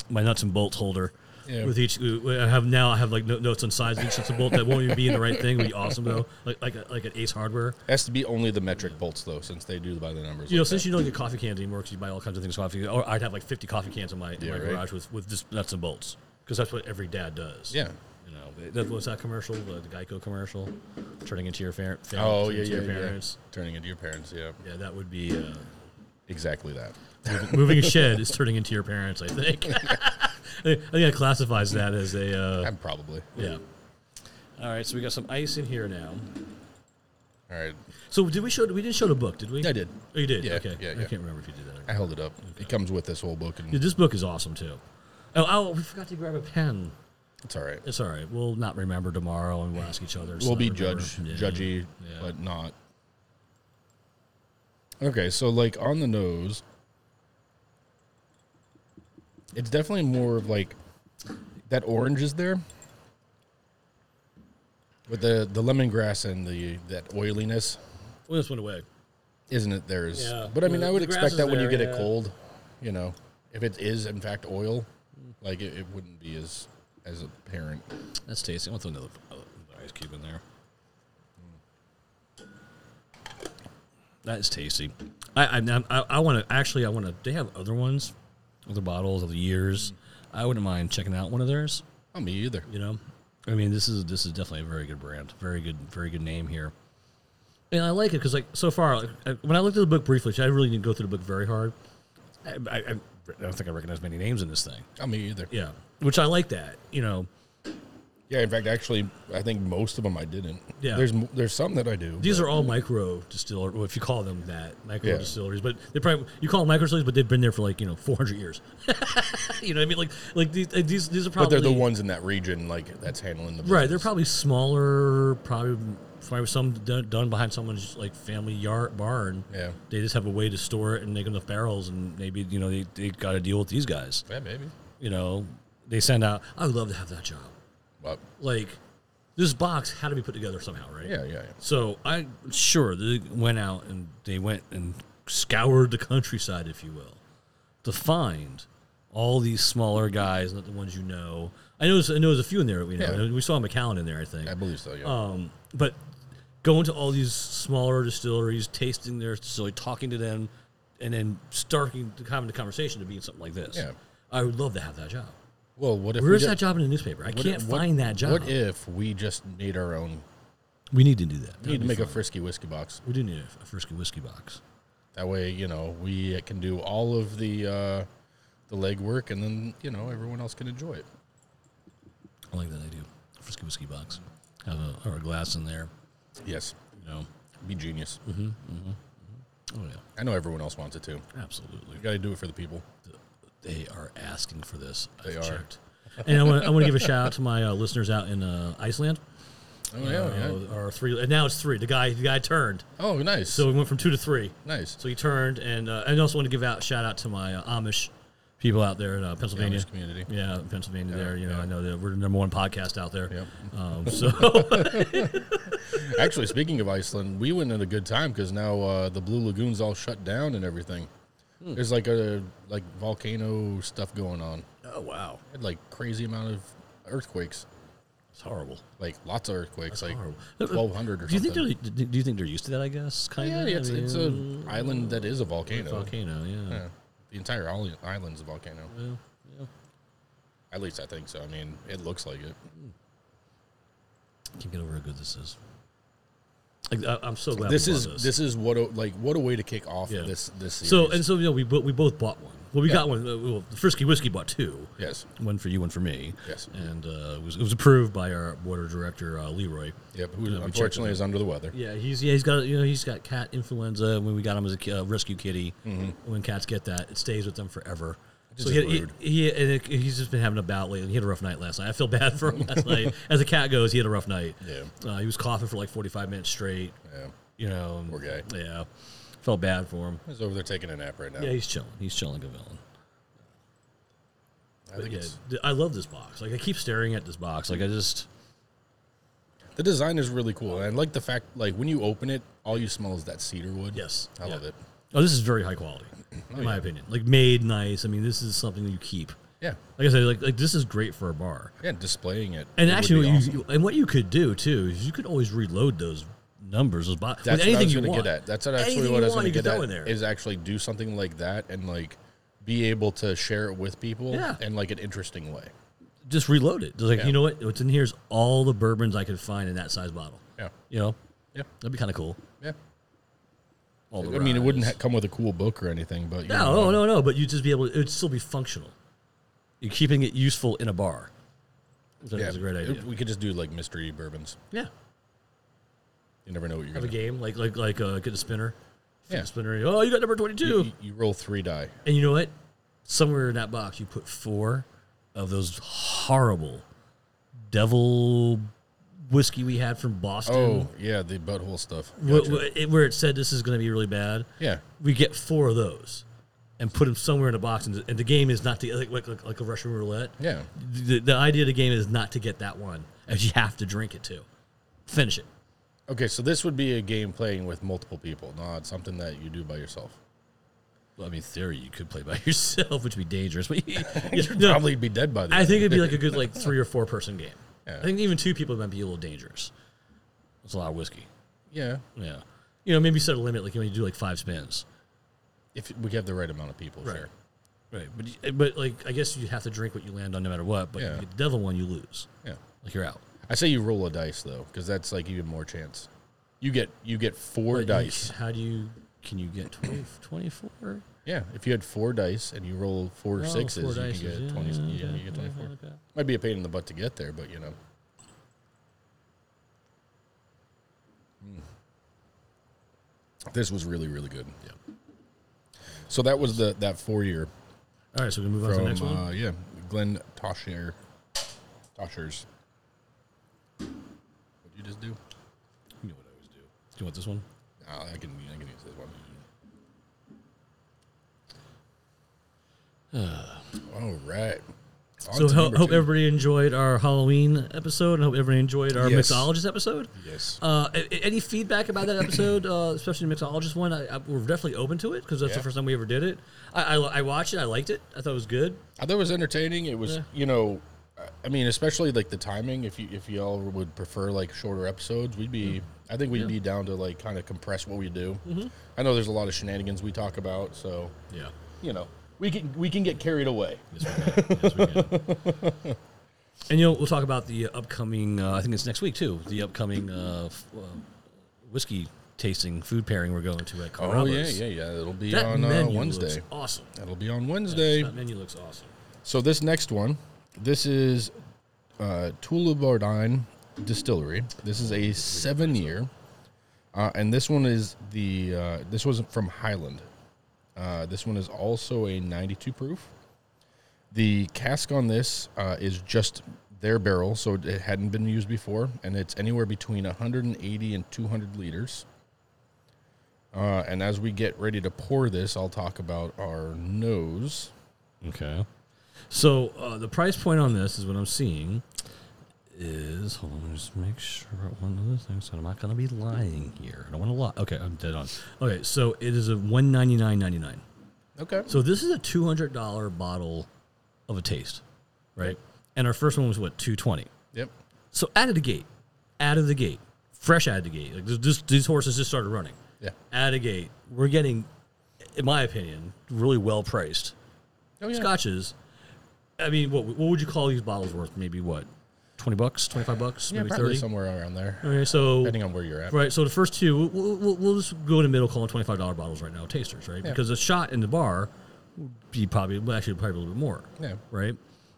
Speaker 2: my nuts and bolts holder.
Speaker 1: Yeah.
Speaker 2: With each, I have now I have like no- notes on sides of each nuts and bolt that won't even be in the right thing. Would be awesome though, like like a, like an Ace Hardware.
Speaker 1: Has to be only the metric bolts though, since they do by the numbers.
Speaker 2: You know,
Speaker 1: like
Speaker 2: since
Speaker 1: that.
Speaker 2: you don't get coffee cans anymore because you buy all kinds of things coffee, or I'd have like 50 coffee cans in my, in
Speaker 1: Yeah,
Speaker 2: my
Speaker 1: right.
Speaker 2: garage with, with just nuts and bolts because that's what every dad does.
Speaker 1: Yeah.
Speaker 2: You know, they- that was that commercial, the, the Geico commercial, turning into your far- fam-
Speaker 1: Oh
Speaker 2: turning
Speaker 1: yeah,
Speaker 2: into
Speaker 1: yeah,
Speaker 2: your
Speaker 1: yeah.
Speaker 2: parents.
Speaker 1: Turning into your parents. Yeah,
Speaker 2: Yeah, that would be uh,
Speaker 1: exactly that.
Speaker 2: moving a shed is turning into your parents. I think. I think that classifies that as a uh,
Speaker 1: I'm probably.
Speaker 2: yeah. All right, so we got some ice in here now.
Speaker 1: All right.
Speaker 2: So did we show? We didn't show the book, did we?
Speaker 1: I did.
Speaker 2: Oh, you did.
Speaker 1: Yeah,
Speaker 2: okay.
Speaker 1: yeah,
Speaker 2: I
Speaker 1: yeah.
Speaker 2: can't remember if you did that. Or not.
Speaker 1: I held it up. It comes with this whole book, and
Speaker 2: Yeah, this book is awesome too. Oh, oh, we forgot to grab a pen.
Speaker 1: it's all right.
Speaker 2: It's all right. We'll not remember tomorrow, and we'll ask each other. so
Speaker 1: we'll
Speaker 2: I
Speaker 1: be
Speaker 2: remember.
Speaker 1: judge
Speaker 2: Yeah.
Speaker 1: judgy,
Speaker 2: Yeah.
Speaker 1: but not. Okay, so like on the nose, it's definitely more of like that orange is there with the the lemongrass and the that oiliness,
Speaker 2: Well, this went away.
Speaker 1: isn't it? There's,
Speaker 2: Yeah.
Speaker 1: but I mean,
Speaker 2: The-
Speaker 1: I would
Speaker 2: the grass
Speaker 1: expect
Speaker 2: is
Speaker 1: that when you
Speaker 2: there,
Speaker 1: get
Speaker 2: yeah.
Speaker 1: it cold, you know, if it is in fact oil, like it, it wouldn't be as as apparent.
Speaker 2: That's tasty. I want to throw another another ice cube in there. That is tasty. I I, I, I want to actually. I want to. They have other ones, other bottles, other years. I wouldn't mind checking out one of theirs.
Speaker 1: Oh, me either.
Speaker 2: You know, I mean, this is this is definitely a very good brand, very good, very good name here. And I like it because, like, so far, like, I, when I looked at the book briefly, which I really didn't go through the book very hard. I, I, I don't think I recognize many names in this thing.
Speaker 1: Oh, me either.
Speaker 2: Yeah, which I like that. You know,
Speaker 1: Yeah, in fact, actually, I think most of them I didn't.
Speaker 2: Yeah.
Speaker 1: there's m- there's some that I do.
Speaker 2: these are all micro distilleries, well, if you call them that, micro
Speaker 1: Yeah.
Speaker 2: distilleries. But they probably you call them micro distilleries, but they've been there for like you know 400 years. you know, what I mean, like like these like, these these are
Speaker 1: but
Speaker 2: probably
Speaker 1: they're the ones in that region like that's handling the
Speaker 2: Right, they're
Speaker 1: business.
Speaker 2: probably smaller. Probably, probably some done, done behind someone's like family yard barn.
Speaker 1: Yeah.
Speaker 2: they just have a way to store it and make enough barrels, and maybe you know they they got to deal with these guys.
Speaker 1: yeah maybe.
Speaker 2: You know, they send out. I would love to have that job.
Speaker 1: But
Speaker 2: Like, this box had to be put together somehow, right?
Speaker 1: yeah, yeah, yeah.
Speaker 2: So I sure they went out and they went and scoured the countryside, if you will, to find all these smaller guys, not the ones you know. I know, I know there's a few in there. that We know
Speaker 1: Yeah.
Speaker 2: we saw McAllen in there, I think.
Speaker 1: I believe so. Yeah,
Speaker 2: Um, but going to all these smaller distilleries, tasting their distillery, talking to them, and then starting to having the conversation to be something like this.
Speaker 1: Yeah.
Speaker 2: I would love to have that job.
Speaker 1: well, what if we
Speaker 2: Where's
Speaker 1: ju-
Speaker 2: that job in the newspaper? I
Speaker 1: what
Speaker 2: can't
Speaker 1: if- what-
Speaker 2: find that job.
Speaker 1: What if we just made our own?
Speaker 2: we need to do that.
Speaker 1: We need to make a frisky whiskey box.
Speaker 2: we do need a, a Frisky whiskey box.
Speaker 1: That way, you know, we uh, can do all of the uh, the legwork, and then you know everyone else can enjoy it.
Speaker 2: I like that idea. Frisky whiskey box. Have a or a glass in there.
Speaker 1: Yes,
Speaker 2: You know.
Speaker 1: be genius.
Speaker 2: Mm-hmm. Oh yeah,
Speaker 1: I know everyone else wants it too.
Speaker 2: absolutely.
Speaker 1: You got to do it for the people.
Speaker 2: They are asking for this.
Speaker 1: They
Speaker 2: I've
Speaker 1: are.
Speaker 2: checked. And I want to I wanna give a shout out to my uh, listeners out in uh, Iceland.
Speaker 1: Oh yeah, yeah.
Speaker 2: Uh, Our three, and now it's three. The guy, the guy turned,
Speaker 1: Oh nice,
Speaker 2: so we went from two to three.
Speaker 1: nice.
Speaker 2: So he turned, and uh, and also want to give out shout out to my uh, Amish people out there in uh, Pennsylvania
Speaker 1: Amish community.
Speaker 2: Yeah, in Pennsylvania. there, you know,
Speaker 1: yeah.
Speaker 2: I know that we're the number one podcast out there.
Speaker 1: Yep.
Speaker 2: Um, so
Speaker 1: Actually, speaking of Iceland, we went at a good time because now uh, the Blue Lagoon's all shut down and everything.
Speaker 2: Hmm.
Speaker 1: There's like a like volcano stuff going on.
Speaker 2: oh wow,
Speaker 1: Had like crazy amount of earthquakes,
Speaker 2: it's horrible.
Speaker 1: like lots of earthquakes, like
Speaker 2: horrible.
Speaker 1: twelve hundred or
Speaker 2: Do you
Speaker 1: something.
Speaker 2: think they're do do you think they're used to that? I guess kind
Speaker 1: yeah,
Speaker 2: of.
Speaker 1: yeah, it's, it's a island that is a volcano.
Speaker 2: volcano. Yeah.
Speaker 1: Yeah. The entire isl- island's a volcano.
Speaker 2: Well, yeah.
Speaker 1: At least I think so. I mean, it looks like it.
Speaker 2: Can't get over how good this is. Like, I, I'm so glad we
Speaker 1: This
Speaker 2: bought
Speaker 1: is this. is what a, like what a way to kick off
Speaker 2: Yeah.
Speaker 1: this this series.
Speaker 2: So and so, you know, we bo- we both bought one. Well, we
Speaker 1: Yeah.
Speaker 2: got one. uh, Well, Frisky Whiskey bought two.
Speaker 1: yes,
Speaker 2: One for you, one for me.
Speaker 1: Yes.
Speaker 2: And uh, it, was, it was approved by our board of director uh, Leroy.
Speaker 1: yep. Who
Speaker 2: Yeah, we checked
Speaker 1: unfortunately
Speaker 2: it
Speaker 1: is under the weather.
Speaker 2: Yeah, he's yeah he's got you know he's got
Speaker 1: Mm-hmm.
Speaker 2: cat influenza. When we got him as a ki- uh, rescue kitty, when cats get that, it stays with them forever. So he, had, he, he- and it- he's just been having a bout lately. He had a rough night last night. I feel bad for him last night. As a cat goes, he had a rough night.
Speaker 1: Yeah.
Speaker 2: uh, he was coughing for like forty five minutes straight.
Speaker 1: Yeah.
Speaker 2: You know, and-
Speaker 1: Poor guy.
Speaker 2: Yeah, felt bad for him.
Speaker 1: He's over there taking a nap right now.
Speaker 2: Yeah, he's chilling. He's chilling, good villain.
Speaker 1: I think
Speaker 2: Yeah,
Speaker 1: it's,
Speaker 2: th- I love this box. Like I keep staring at this box. Like I just
Speaker 1: the design is really cool. And I like the fact, like, when you open it, all you smell is that cedar wood.
Speaker 2: yes,
Speaker 1: I
Speaker 2: yeah.
Speaker 1: love it.
Speaker 2: Oh, this is very high quality,
Speaker 1: Oh,
Speaker 2: in my opinion. Like made nice. I mean, this is something that you keep.
Speaker 1: Yeah.
Speaker 2: Like I said, like, like this is great for a bar.
Speaker 1: Yeah, displaying it.
Speaker 2: And
Speaker 1: it would
Speaker 2: actually,
Speaker 1: be
Speaker 2: what
Speaker 1: awesome.
Speaker 2: you, and what you could do too is you could always reload those numbers, those box.
Speaker 1: that's
Speaker 2: with
Speaker 1: what I
Speaker 2: anything
Speaker 1: was
Speaker 2: you
Speaker 1: going to
Speaker 2: want.
Speaker 1: get at. That's what actually
Speaker 2: Anything
Speaker 1: what
Speaker 2: you
Speaker 1: I was
Speaker 2: want,
Speaker 1: going
Speaker 2: you
Speaker 1: to
Speaker 2: can
Speaker 1: get
Speaker 2: throw in
Speaker 1: at
Speaker 2: there.
Speaker 1: is actually do something like that and like be able to share it with people
Speaker 2: Yeah.
Speaker 1: in like an interesting way.
Speaker 2: Just reload it. Just like
Speaker 1: Yeah.
Speaker 2: you know what? What's in here is all the bourbons I could find in that size bottle.
Speaker 1: Yeah,
Speaker 2: You know,
Speaker 1: yeah,
Speaker 2: that'd be kind of cool.
Speaker 1: yeah.
Speaker 2: All the
Speaker 1: I mean, it wouldn't
Speaker 2: ryes.
Speaker 1: ha- come with a cool book or anything, but you
Speaker 2: No, oh, no, no, no. But you'd just be able. To, it'd still be functional. You're keeping it useful in a bar. Which I think
Speaker 1: yeah,
Speaker 2: is a great
Speaker 1: it-
Speaker 2: idea.
Speaker 1: We could just do like mystery bourbons.
Speaker 2: yeah,
Speaker 1: You never know what you're
Speaker 2: have a
Speaker 1: going to
Speaker 2: game like like like uh, get a spinner. Flip
Speaker 1: Yeah.
Speaker 2: the spinner. Oh, you got number twenty two.
Speaker 1: You, you roll three die.
Speaker 2: And you know what? Somewhere in that box, you put four of those horrible devil whiskey we had from Boston.
Speaker 1: Oh yeah, the butthole stuff.
Speaker 2: wh-
Speaker 1: Gotcha.
Speaker 2: wh- it- where it said this is going to be really bad.
Speaker 1: yeah,
Speaker 2: We get four of those and put them somewhere in a box. And, and the game is not to, like, like, like, like a Russian roulette.
Speaker 1: yeah.
Speaker 2: The, the idea of the game is not to get that one, as you have to drink it too. Finish it.
Speaker 1: Okay, so this would be a game playing with multiple people, not something that you do by yourself.
Speaker 2: Well, I mean, theory, you could play by yourself, which would be dangerous. But you, you know,
Speaker 1: Probably be dead by the
Speaker 2: I
Speaker 1: end.
Speaker 2: think it'd be like a good like three or four person game.
Speaker 1: Yeah.
Speaker 2: I think even two people might be a little dangerous. That's a lot of whiskey.
Speaker 1: yeah,
Speaker 2: Yeah. You know, maybe set a limit like you know, you do like five spins.
Speaker 1: if we have the right amount of people. Sure.
Speaker 2: Right. But you- but like I guess you have to drink what you land on no matter what. But
Speaker 1: Yeah.
Speaker 2: if you get the devil one, you lose.
Speaker 1: Yeah.
Speaker 2: Like you're out.
Speaker 1: I say you roll a dice though, because that's like even more chance. You get you get four
Speaker 2: But you-
Speaker 1: dice.
Speaker 2: how do you can you get 20, 24?
Speaker 1: yeah, if you had four dice and you roll four
Speaker 2: Oh,
Speaker 1: sixes,
Speaker 2: four
Speaker 1: you
Speaker 2: dices.
Speaker 1: can get
Speaker 2: Yeah,
Speaker 1: twenty.
Speaker 2: yeah,
Speaker 1: you
Speaker 2: okay,
Speaker 1: get twenty-four.
Speaker 2: yeah, okay.
Speaker 1: Might be a pain in the butt to get there, but you know. Mm. Hmm. This was really really good. Yeah. So that was the that four year
Speaker 2: All right, so we can move on to the
Speaker 1: from
Speaker 2: next one.
Speaker 1: uh, yeah Glenn Tosher. Toshers. What'd you just do?
Speaker 2: You know what I always do. Do you want this one?
Speaker 1: Ah, I can I can use this one. All right. On
Speaker 2: So
Speaker 1: to
Speaker 2: ho-
Speaker 1: number
Speaker 2: hope
Speaker 1: two.
Speaker 2: everybody enjoyed our Halloween episode, and hope everybody enjoyed our
Speaker 1: Yes.
Speaker 2: mixologist episode.
Speaker 1: Yes.
Speaker 2: Uh, a- a- any feedback about that episode, uh, especially the mixologist one? I, I, we're definitely open to it because that's
Speaker 1: Yeah.
Speaker 2: the first time we ever did it. I, I, I watched it. I liked it. I thought it was good.
Speaker 1: I thought it was entertaining. It was
Speaker 2: Yeah.
Speaker 1: you know, I- I mean, especially like the timing. If you if y'all would prefer like shorter episodes, we'd be. I think we'd be down to like kind of compress what we do.
Speaker 2: Mm-hmm.
Speaker 1: I know there's a lot of shenanigans we talk about, so
Speaker 2: Yeah.
Speaker 1: you know we can we can get carried away.
Speaker 2: Yes, we can. Yes, we can. and you know we'll talk about the upcoming. Uh, I think it's next week too. The upcoming uh, f- uh, whiskey tasting food pairing we're going to at
Speaker 1: Oh
Speaker 2: Carrabba's.
Speaker 1: yeah, yeah, yeah. It'll be
Speaker 2: That
Speaker 1: on uh,
Speaker 2: menu
Speaker 1: Wednesday.
Speaker 2: looks awesome.
Speaker 1: That'll be on Wednesday.
Speaker 2: That menu looks awesome.
Speaker 1: So this next one, this is uh, Tulubardine Distillery. This is a seven-year, uh, and this one is the uh, this was from Highland. Uh, this one is also a 92 proof. The cask on this uh, is just their barrel, so it hadn't been used before, and it's anywhere between 180 and 200 liters. Uh, and as we get ready to pour this, I'll talk about our nose.
Speaker 2: Okay. So uh, the price point on this is what I'm seeing is hold on, let me just make sure one of those things. I'm not gonna be lying here. I don't want to lie. Okay, I'm dead on. Okay, so it is a one ninety nine ninety nine.
Speaker 1: Okay.
Speaker 2: So this is a two hundred dollar bottle of a taste, right? And our first one was what two twenty.
Speaker 1: Yep.
Speaker 2: So out of the gate, out of the gate, fresh out of the gate. Like this, this, these horses just started running.
Speaker 1: Yeah.
Speaker 2: Out of the gate, we're getting, in my opinion, really well priced
Speaker 1: Oh, yeah.
Speaker 2: scotches. I mean, what what would you call these bottles worth? Maybe what, twenty bucks, twenty five bucks,
Speaker 1: Yeah,
Speaker 2: maybe
Speaker 1: probably
Speaker 2: thirty.
Speaker 1: somewhere around there,
Speaker 2: Okay, so
Speaker 1: depending on where you're at.
Speaker 2: right, so the first two, we'll, we'll, we'll just go in the middle, calling twenty five dollar bottles right now, tasters, right? Because a shot in the bar would be probably well, actually probably a little bit more.
Speaker 1: Yeah.
Speaker 2: Right.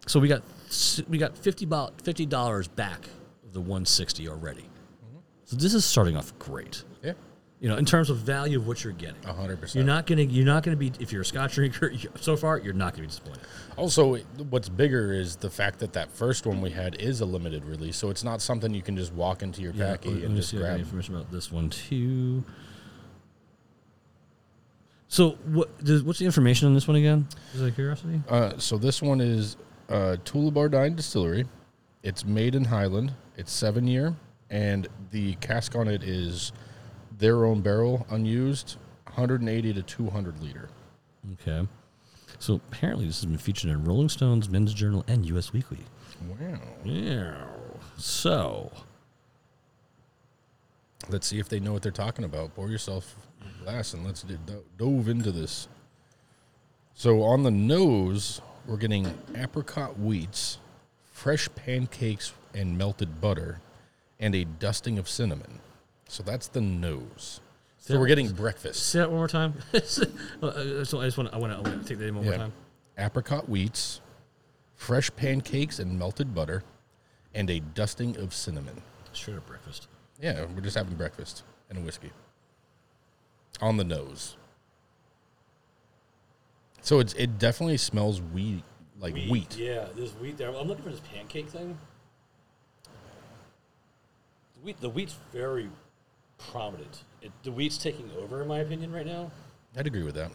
Speaker 2: So we got s- we got fifty fifty
Speaker 1: Mm-hmm.
Speaker 2: dollars back of the one sixty already. So this is starting off great.
Speaker 1: Yeah.
Speaker 2: You know, in terms of value of what you're getting,
Speaker 1: A hundred
Speaker 2: you're
Speaker 1: percent.
Speaker 2: not gonna you're not gonna be if you're a Scotch drinker you- so far you're not gonna be disappointed.
Speaker 1: Also, what's bigger is the fact that that first one we had is a limited release, so it's not something you can just walk into your
Speaker 2: Yeah,
Speaker 1: packy
Speaker 2: let- let
Speaker 1: and
Speaker 2: me
Speaker 1: just
Speaker 2: see if I have
Speaker 1: grab.
Speaker 2: any information about this one too. So what? Does, what's the information on this one again? Is that curiosity?
Speaker 1: Uh, so this one is uh, Tullibardine Distillery. It's made in Highland. It's seven year, and the cask on it is their own barrel, unused, 180 to 200 liter.
Speaker 2: Okay. So apparently this has been featured in Rolling Stones, Men's Journal, and U.S. Weekly.
Speaker 1: Wow.
Speaker 2: Yeah. So
Speaker 1: Let's see if they know what they're talking about. Pour yourself a glass and let's do, do- dove into this. So on the nose, we're getting apricot wheats, fresh pancakes and melted butter, and a dusting of cinnamon. So that's the nose. So we're getting breakfast.
Speaker 2: say that one more time. uh, so I just want to I want to take that in one more
Speaker 1: Yeah.
Speaker 2: time.
Speaker 1: Apricot wheats, fresh pancakes and melted butter, and a dusting of cinnamon.
Speaker 2: Straight up breakfast.
Speaker 1: Yeah, we're just having breakfast and a whiskey. On the nose. So it's it definitely smells wheat like wheat.
Speaker 2: Yeah, there's wheat there. I'm looking for this pancake thing. The wheat. The wheat's very prominent. It, the wheat's taking over, in my opinion, right now.
Speaker 1: I'd agree with that.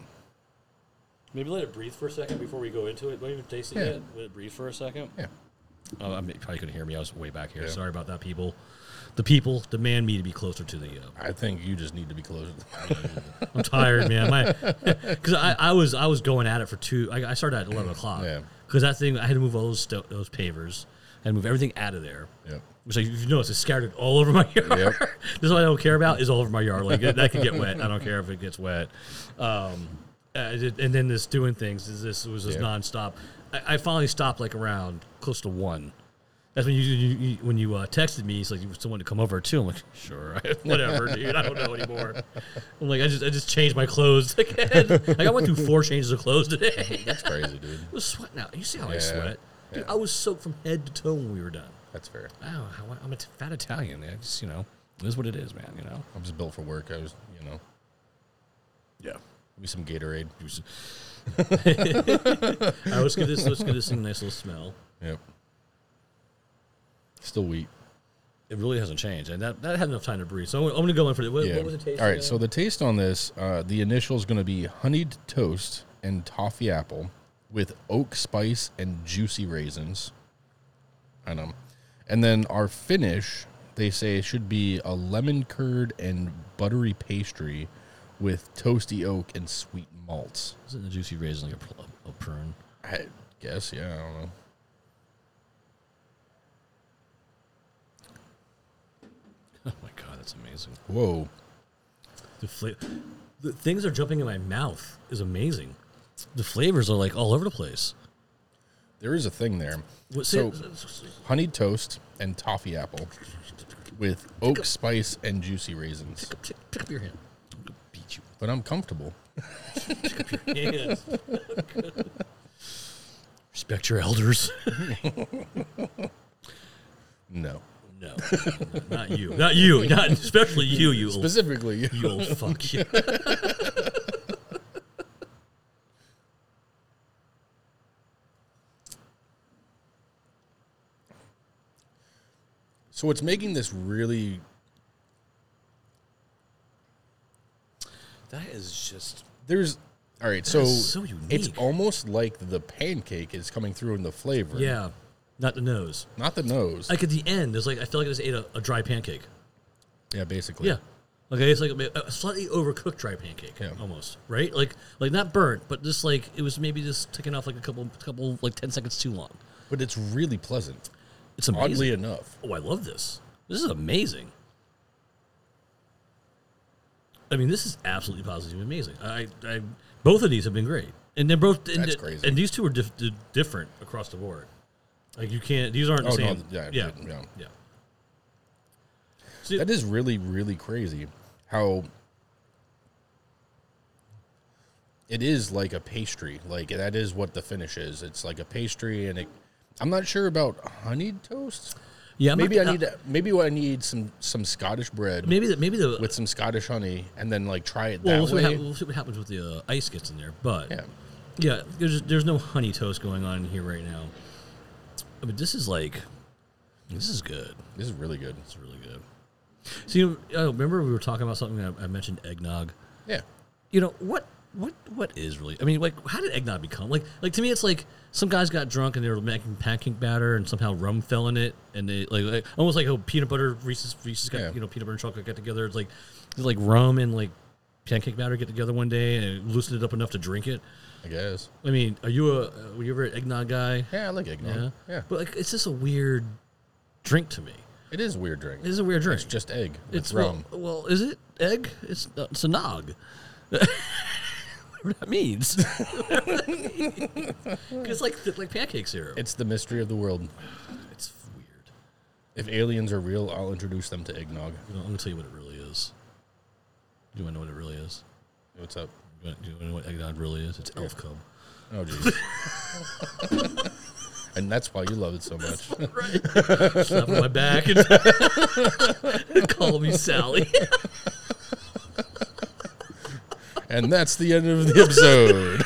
Speaker 2: Maybe let it breathe for a second before we go into it. Don't even taste it
Speaker 1: Yeah.
Speaker 2: yet. Let it breathe for a second.
Speaker 1: Yeah.
Speaker 2: Oh, I mean, you probably couldn't hear me. I was way back here.
Speaker 1: Yeah.
Speaker 2: Sorry about that, people. The people demand me to be closer to the. Uh,
Speaker 1: I think you just need to be closer.
Speaker 2: I'm tired, man. My because I, I was I was going at it for two. I, I started at eleven o'clock.
Speaker 1: Yeah.
Speaker 2: Because that thing, I had to move all those sto- those pavers. I had to move everything out of there.
Speaker 1: yep.
Speaker 2: Which like, you notice, it's scattered all over my yard.
Speaker 1: Yep.
Speaker 2: this is what I don't care about is all over my yard. Like that could get wet. I don't care if it gets wet. Um, uh, it- and then this doing things is this was just
Speaker 1: Yeah.
Speaker 2: nonstop. I, I finally stopped like around close to one. That's when you, you, you when you uh, texted me. He's like, "You someone to come over too." I'm like, "Sure, whatever, dude. I don't know anymore." I'm like, "I just I just changed my clothes again. like I went through four changes of clothes today. I
Speaker 1: That's crazy, dude.
Speaker 2: was sweating out. You see how I
Speaker 1: Yeah,
Speaker 2: sweat, dude? I was soaked from head to toe when we were done.
Speaker 1: That's fair.
Speaker 2: Wow, how- I'm a t- fat Italian. I just, you know, it is what it is, man. You know.
Speaker 1: I'm just built for work. I was, you know,
Speaker 2: Yeah.
Speaker 1: give me some Gatorade.
Speaker 2: All right, let's give this. Let's give this thing a nice little smell.
Speaker 1: Yep. Still wheat.
Speaker 2: It really hasn't changed, and that, that had enough time to breathe. So I'm, I'm gonna go in for the. What,
Speaker 1: Yeah.
Speaker 2: what was the taste?
Speaker 1: All right.
Speaker 2: again?
Speaker 1: So the taste on this, uh, the initial is going to be honeyed toast and toffee apple with oak spice and juicy raisins. I know. And then our finish, they say, should be a lemon curd and buttery pastry with toasty oak and sweet malts.
Speaker 2: isn't the juicy raisin like a, pl- a prune?
Speaker 1: I guess. Yeah. I don't know.
Speaker 2: Oh my god, that's amazing.
Speaker 1: Whoa.
Speaker 2: The flavor, the things that are jumping in my mouth is amazing. The flavors are like all over the place.
Speaker 1: There is a thing there.
Speaker 2: What,
Speaker 1: so
Speaker 2: so,
Speaker 1: honeyed toast and toffee apple with oak spice and juicy raisins.
Speaker 2: pick, pick up your hand. I'm gonna beat you.
Speaker 1: But I'm comfortable.
Speaker 2: Yes. Respect your elders.
Speaker 1: No.
Speaker 2: No, not you. Not you. Not especially you. You old,
Speaker 1: Specifically,
Speaker 2: you old fuck. You.
Speaker 1: so it's making this really
Speaker 2: That is just.
Speaker 1: there's all right. So,
Speaker 2: is so
Speaker 1: it's
Speaker 2: unique.
Speaker 1: almost like the pancake is coming through in the flavor.
Speaker 2: Yeah, not the nose.
Speaker 1: not the nose.
Speaker 2: Like at the end, it's like I feel like I just ate a, a dry pancake.
Speaker 1: yeah, basically.
Speaker 2: Yeah, like it's like a, a slightly overcooked dry pancake,
Speaker 1: Yeah.
Speaker 2: almost right. Like like not burnt, but just like it was maybe just taking off like a couple couple like ten seconds too long.
Speaker 1: but it's really pleasant.
Speaker 2: It's amazing.
Speaker 1: Oddly enough,
Speaker 2: Oh, I love this. This is amazing. I mean, this is absolutely positively amazing. I, I, both of these have been great, and they're both. And,
Speaker 1: That's crazy.
Speaker 2: And these two are dif- di- different across the board. Like you can't; these aren't the
Speaker 1: Oh, no,
Speaker 2: same.
Speaker 1: yeah,
Speaker 2: yeah,
Speaker 1: yeah.
Speaker 2: yeah. See,
Speaker 1: that is really really crazy. How it is like a pastry. Like that is what the finish is. It's like a pastry, and it. I'm not sure about honeyed toast.
Speaker 2: Yeah, I'm not-
Speaker 1: maybe I
Speaker 2: uh,
Speaker 1: need to, maybe what I need some some Scottish bread
Speaker 2: Maybe the maybe the
Speaker 1: with some Scottish honey, and then like try it
Speaker 2: well, we'll
Speaker 1: that
Speaker 2: see,
Speaker 1: way.
Speaker 2: what hap- we'll see what happens with the uh, ice gets in there. But
Speaker 1: Yeah.
Speaker 2: yeah, there's there's no honey toast going on in here right now. But this is like, this is good.
Speaker 1: This is really good.
Speaker 2: It's really good. So you know, uh, remember we were talking about something. I, I mentioned eggnog.
Speaker 1: Yeah,
Speaker 2: You know what? What what is really? I mean, like, how did eggnog become like? Like to me, it's like some guys got drunk and they were making pancake batter, and somehow rum fell in it, and they like, like almost like how peanut butter Reese's Reese's got
Speaker 1: Yeah.
Speaker 2: you know peanut butter and chocolate got together. It's like it's like rum and like pancake batter get together one day and loosen it up enough to drink it.
Speaker 1: I guess.
Speaker 2: I mean, are you a uh, were you ever an eggnog guy?
Speaker 1: Yeah, I like eggnog. Yeah,
Speaker 2: but like it's just a weird drink to me.
Speaker 1: it is a weird drink.
Speaker 2: It's a weird drink.
Speaker 1: It's just egg. With
Speaker 2: It's
Speaker 1: rum.
Speaker 2: Well, well, is it egg? It's uh, it's a nog. Whatever that means. It's like it's like pancake syrup.
Speaker 1: It's the mystery of the world.
Speaker 2: it's weird.
Speaker 1: If aliens are real, I'll introduce them to eggnog.
Speaker 2: You know, I'm gonna tell you what it really is. Do you want to know what it really is?
Speaker 1: What's up?
Speaker 2: You wanna- Do you want to know what eggnog really is? It's elf cum.
Speaker 1: Oh, jeez. and that's why you love it so much.
Speaker 2: Right. Slap on my back and call me Sally.
Speaker 1: and that's the end of the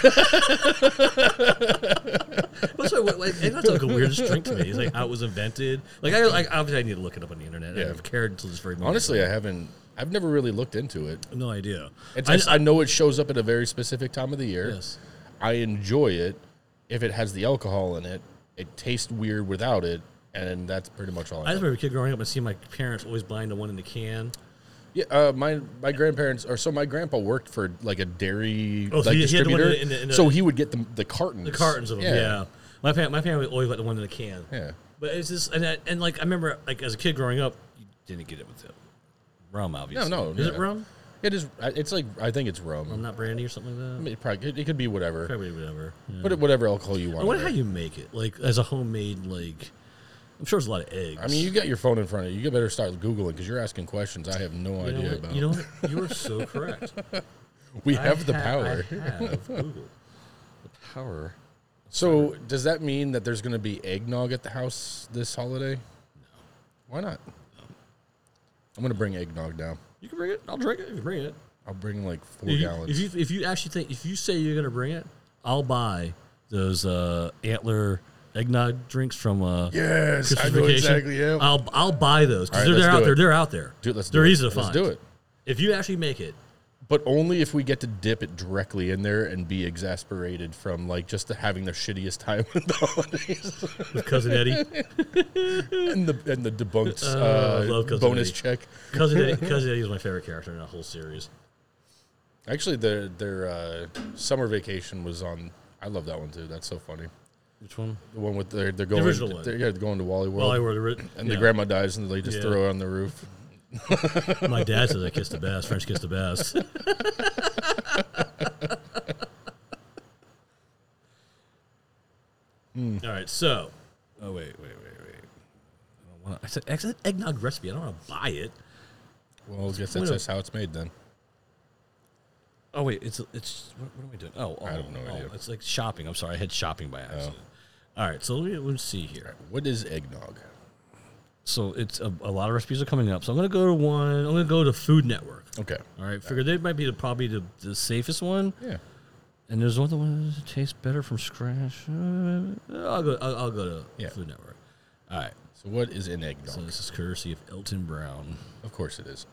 Speaker 1: episode.
Speaker 2: That's why what- like, eggnog's like a weirdest drink to me. It's like how it was invented. Like I, I obviously I need to look it up on the internet.
Speaker 1: Yeah.
Speaker 2: I never cared until this very moment.
Speaker 1: Honestly, I haven't. I've never really looked into it.
Speaker 2: no idea.
Speaker 1: It's
Speaker 2: I-
Speaker 1: just, I, know it shows up at a very specific time of the year.
Speaker 2: Yes.
Speaker 1: I enjoy it if it has the alcohol in it. It tastes weird without it, and that's pretty much all
Speaker 2: I
Speaker 1: I. know.
Speaker 2: just remember a kid growing up and seeing my parents always buying the one in the can.
Speaker 1: Yeah, uh, my my grandparents, or so my grandpa worked for like a dairy
Speaker 2: Oh, so
Speaker 1: like
Speaker 2: he- he had the one
Speaker 1: distributor,
Speaker 2: in the- in the-
Speaker 1: so he would get the the cartons,
Speaker 2: The cartons of them, yeah. My pa- my family always got the one in the can.
Speaker 1: yeah.
Speaker 2: But it's just and, I, and like I remember like as a kid growing up, you didn't get it with the rum, obviously.
Speaker 1: no,
Speaker 2: Is it
Speaker 1: yeah.
Speaker 2: rum?
Speaker 1: It is. It's like I think it's rum.
Speaker 2: Rum, not brandy or something like that.
Speaker 1: It probably it, could be whatever.
Speaker 2: Probably whatever. Yeah.
Speaker 1: Put it whatever alcohol you
Speaker 2: I
Speaker 1: want.
Speaker 2: wonder
Speaker 1: in
Speaker 2: how
Speaker 1: it.
Speaker 2: you make it. Like as a homemade like, I'm sure there's a lot of eggs.
Speaker 1: I mean, you got your phone in front of you. You better start googling because you're asking questions I have no
Speaker 2: You know
Speaker 1: idea
Speaker 2: what?
Speaker 1: about.
Speaker 2: You know what? You are so correct.
Speaker 1: we
Speaker 2: I
Speaker 1: have the
Speaker 2: ha-
Speaker 1: power.
Speaker 2: I have Google.
Speaker 1: Power. So does that mean that there's going to be eggnog at the house this holiday? No. Why not? I'm going to bring eggnog down.
Speaker 2: You can bring it. I'll drink it if you bring it.
Speaker 1: I'll bring like four
Speaker 2: If you,
Speaker 1: gallons.
Speaker 2: if you if you actually think if you say you're gonna bring it, I'll buy those uh, antler eggnog drinks from uh,
Speaker 1: yes,
Speaker 2: Christmas
Speaker 1: I know
Speaker 2: vacation.
Speaker 1: exactly. Yeah.
Speaker 2: I'll I'll buy those because
Speaker 1: All right,
Speaker 2: they're,
Speaker 1: let's
Speaker 2: they're
Speaker 1: do it.
Speaker 2: out there. They're out there.
Speaker 1: Dude, let's
Speaker 2: they're
Speaker 1: do
Speaker 2: easy
Speaker 1: it.
Speaker 2: to
Speaker 1: Let's
Speaker 2: find.
Speaker 1: do it.
Speaker 2: If you actually make it,
Speaker 1: But only if we get to dip it directly in there and be exasperated from like just having the shittiest time of the holidays
Speaker 2: with cousin Eddie,
Speaker 1: and the and the debunked
Speaker 2: Oh, I
Speaker 1: uh,
Speaker 2: love Cousin
Speaker 1: bonus
Speaker 2: Eddie.
Speaker 1: check.
Speaker 2: cousin Eddie, cousin Eddie is my favorite character in that whole series.
Speaker 1: Actually, their their uh, summer vacation was on. I love that one too. That's so funny.
Speaker 2: Which one?
Speaker 1: The one with they're, they're going.
Speaker 2: original one.
Speaker 1: They're, yeah, they're going to Wally World.
Speaker 2: Well, I were the ri-
Speaker 1: and
Speaker 2: yeah.
Speaker 1: the grandma dies, and they just
Speaker 2: Yeah.
Speaker 1: throw her on the roof.
Speaker 2: My dad says I kiss the best. French kiss the best.
Speaker 1: Hmm.
Speaker 2: All right, so. Oh wait, wait, wait, wait. I don't want. I said I said eggnog recipe. I don't want to buy it.
Speaker 1: Well, I guess
Speaker 2: What
Speaker 1: that's
Speaker 2: a-
Speaker 1: just how it's made then.
Speaker 2: Oh wait, it's it's what, what am I doing? Oh, oh
Speaker 1: I have no
Speaker 2: oh,
Speaker 1: idea. Oh.
Speaker 2: It's like shopping. I'm sorry, I had shopping by accident. All right, so let me, let's see here.
Speaker 1: What is eggnog?
Speaker 2: So it's a, a lot of recipes are coming up. So I'm gonna go to one. I'm gonna go to Food Network.
Speaker 1: Okay.
Speaker 2: All right, figure they might be the, probably the, the safest one.
Speaker 1: Yeah.
Speaker 2: And there's one that one that tastes better from scratch. Uh, I'll go. I'll, I'll go to
Speaker 1: Yeah.
Speaker 2: Food Network. All right.
Speaker 1: So what is in eggnog?
Speaker 2: So this is courtesy of Elton Brown.
Speaker 1: of course it is.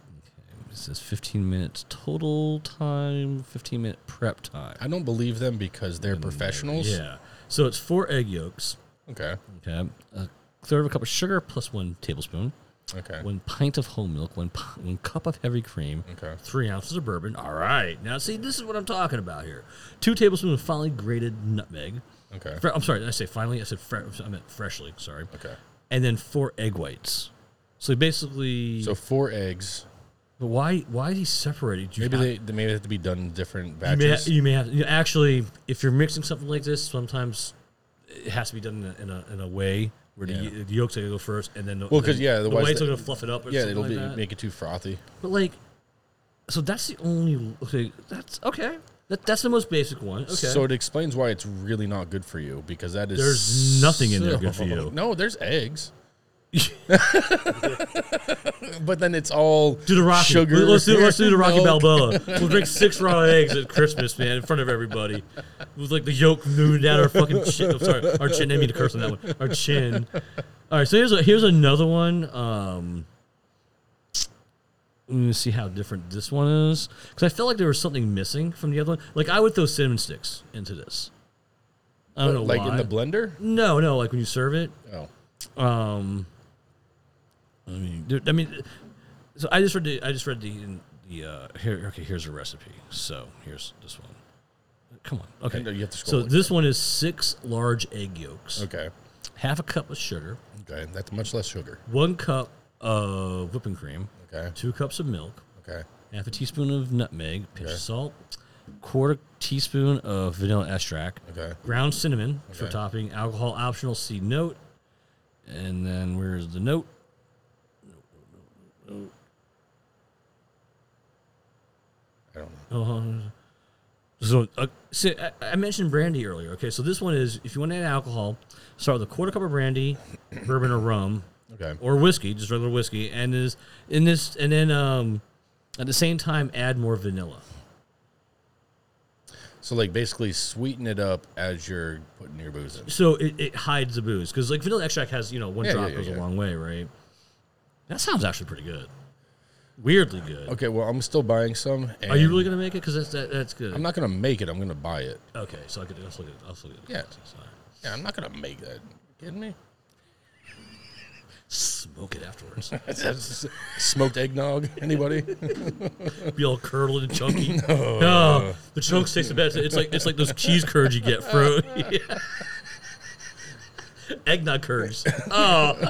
Speaker 2: It says 15 minutes total time, 15 minute prep time.
Speaker 1: I don't believe them because they're professionals.
Speaker 2: Mm, Yeah. So it's four egg yolks.
Speaker 1: Okay.
Speaker 2: Okay. A third of a cup of sugar plus one tablespoon.
Speaker 1: Okay.
Speaker 2: One pint of whole milk. One pi- one cup of heavy cream.
Speaker 1: Okay.
Speaker 2: Three ounces of bourbon. All right. Now see, this is what I'm talking about here. Two tablespoons of finely grated nutmeg.
Speaker 1: Okay.
Speaker 2: Fre- I'm sorry. Did I say finally? I said fre- I meant freshly. Sorry.
Speaker 1: Okay.
Speaker 2: And then four egg whites. So basically,
Speaker 1: So four eggs.
Speaker 2: but why why is he separated? You
Speaker 1: Maybe
Speaker 2: have-
Speaker 1: they, they maybe have to be done in different
Speaker 2: you may,
Speaker 1: batches.
Speaker 2: you may have you know, actually if you're mixing something like this, sometimes it has to be done in a, in a, in a way where the,
Speaker 1: Yeah.
Speaker 2: the yolks are gonna go first, and then the,
Speaker 1: Well, 'cause,
Speaker 2: the-
Speaker 1: yeah,
Speaker 2: the
Speaker 1: otherwise
Speaker 2: whites
Speaker 1: the-
Speaker 2: are gonna fluff it up. Or
Speaker 1: yeah,
Speaker 2: something
Speaker 1: it'll
Speaker 2: like
Speaker 1: be
Speaker 2: that.
Speaker 1: make it too frothy.
Speaker 2: But like, so that's the only. Okay, that's okay. That, that's the most basic one. Okay.
Speaker 1: So it explains why it's really not good for you because that is
Speaker 2: There's nothing in there good for
Speaker 1: so-
Speaker 2: you.
Speaker 1: No, there's eggs. But then it's all
Speaker 2: Do the Rocky.
Speaker 1: sugar.
Speaker 2: Let's do let's do the Rocky
Speaker 1: milk.
Speaker 2: Balboa. We'll drink six raw eggs at Christmas, man, in front of everybody, with like the yolk moon down our fucking chin. I'm sorry, our chin. I didn't mean to curse on that one. Our chin. All right, so here's a, here's another one. Um, let me see how different this one is because I felt like there was something missing from the other one. Like I would throw cinnamon sticks into this. I don't know
Speaker 1: like
Speaker 2: why.
Speaker 1: in the blender.
Speaker 2: no, no, like when you serve it.
Speaker 1: Oh,
Speaker 2: Um, I mean, dude, I mean, so I just read the I just read the the uh, here. Okay, here's a recipe. So here's this one. Come on. Okay,
Speaker 1: And you have to
Speaker 2: so
Speaker 1: scroll.
Speaker 2: this one is six large egg yolks,
Speaker 1: okay,
Speaker 2: half a cup of sugar,
Speaker 1: okay, that's much less sugar.
Speaker 2: one cup of whipping cream,
Speaker 1: Okay,
Speaker 2: two cups of milk,
Speaker 1: okay,
Speaker 2: half a teaspoon of nutmeg, pinch of salt, quarter teaspoon of vanilla extract,
Speaker 1: okay.
Speaker 2: ground cinnamon for
Speaker 1: Okay.
Speaker 2: topping, alcohol optional, C note, and then where's the note?
Speaker 1: I don't know.
Speaker 2: So, uh, so I, I mentioned brandy earlier. Okay, so this one is if you want to add alcohol, start with a quarter cup of brandy, bourbon or rum,
Speaker 1: Okay,
Speaker 2: or whiskey, just regular whiskey, and is in this, and then um, at the same time add more vanilla.
Speaker 1: so like basically sweeten it up as you're putting your booze in.
Speaker 2: So it, it hides the booze because like vanilla extract has you know one
Speaker 1: Yeah,
Speaker 2: drop
Speaker 1: yeah,
Speaker 2: goes
Speaker 1: yeah,
Speaker 2: a
Speaker 1: yeah.
Speaker 2: long way, right? That sounds actually pretty good. Weirdly good.
Speaker 1: Okay, well I'm still buying some. And
Speaker 2: Are you really gonna make it? Because that's that, that's good.
Speaker 1: I'm not gonna make it. I'm gonna buy it.
Speaker 2: okay, so I could also get also get
Speaker 1: Yeah.
Speaker 2: Sorry.
Speaker 1: Yeah, I'm not gonna make that. kidding me?
Speaker 2: Smoke it afterwards.
Speaker 1: Smoked eggnog. Anybody?
Speaker 2: be all curdled and chunky. no. the chunks taste the best. It's like it's like those cheese curds you get from eggnog curds. Oh,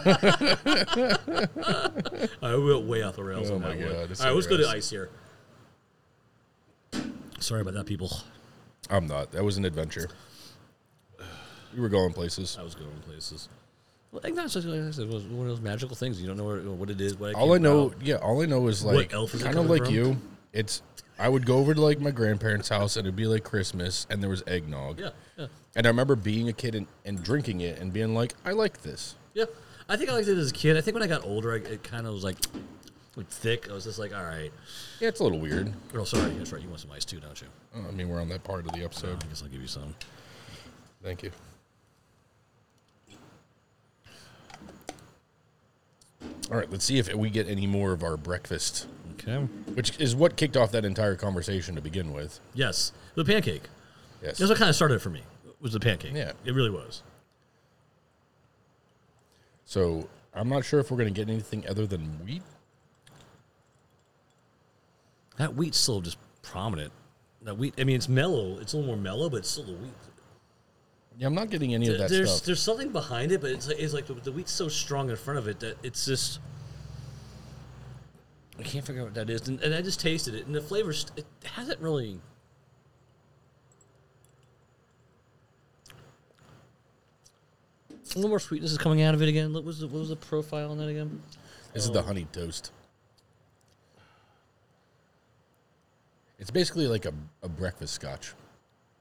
Speaker 2: I went way off the rails
Speaker 1: Oh
Speaker 2: on
Speaker 1: my
Speaker 2: that
Speaker 1: God,
Speaker 2: one. All right,
Speaker 1: that's so
Speaker 2: let's go to
Speaker 1: gross.
Speaker 2: ice here. Sorry about that, people.
Speaker 1: I'm not. That was an adventure. We were going places.
Speaker 2: I was going places. Well, eggnog's just like I said, was one of those magical things. You don't know where, what it is. What it
Speaker 1: All
Speaker 2: came
Speaker 1: I know,
Speaker 2: from.
Speaker 1: yeah, all I know is
Speaker 2: What
Speaker 1: like
Speaker 2: elf is it
Speaker 1: kind of
Speaker 2: coming
Speaker 1: like
Speaker 2: from?
Speaker 1: you. It's I would go over to like my grandparents' house and it'd be like Christmas and there was eggnog.
Speaker 2: Yeah, yeah,
Speaker 1: And I remember being a kid and, and drinking it and being like, I like this.
Speaker 2: yeah. I think I liked it as a kid. I think when I got older, I, it kind of was like, like thick. I was just like, all right.
Speaker 1: Yeah, it's a little weird.
Speaker 2: Oh, sorry. That's right. You want some ice too, don't you?
Speaker 1: Uh, I mean, we're on that part of the
Speaker 2: I
Speaker 1: episode.
Speaker 2: guess I'll give you some.
Speaker 1: Thank you. All right, let's see if we get any more of our breakfast,
Speaker 2: Okay.
Speaker 1: which is what kicked off that entire conversation to begin with.
Speaker 2: Yes, the pancake.
Speaker 1: Yes.
Speaker 2: That's what kind of started it for me. Was the pancake?
Speaker 1: Yeah.
Speaker 2: it really was.
Speaker 1: So I'm not sure if we're going to get anything other than wheat.
Speaker 2: That wheat's still just prominent. That wheat. I mean, it's mellow. It's a little more mellow, but it's still the wheat.
Speaker 1: Yeah, I'm not getting any of that
Speaker 2: there's
Speaker 1: stuff.
Speaker 2: there's something behind it, but it's like, it's like the, the wheat's so strong in front of it that it's just. I can't figure out what that is, and, and I just tasted it, and the flavor st- it hasn't really. A little more sweetness is coming out of it again. What was the, what was the profile on that again?
Speaker 1: This is the honey toast. It's basically like a, a breakfast scotch.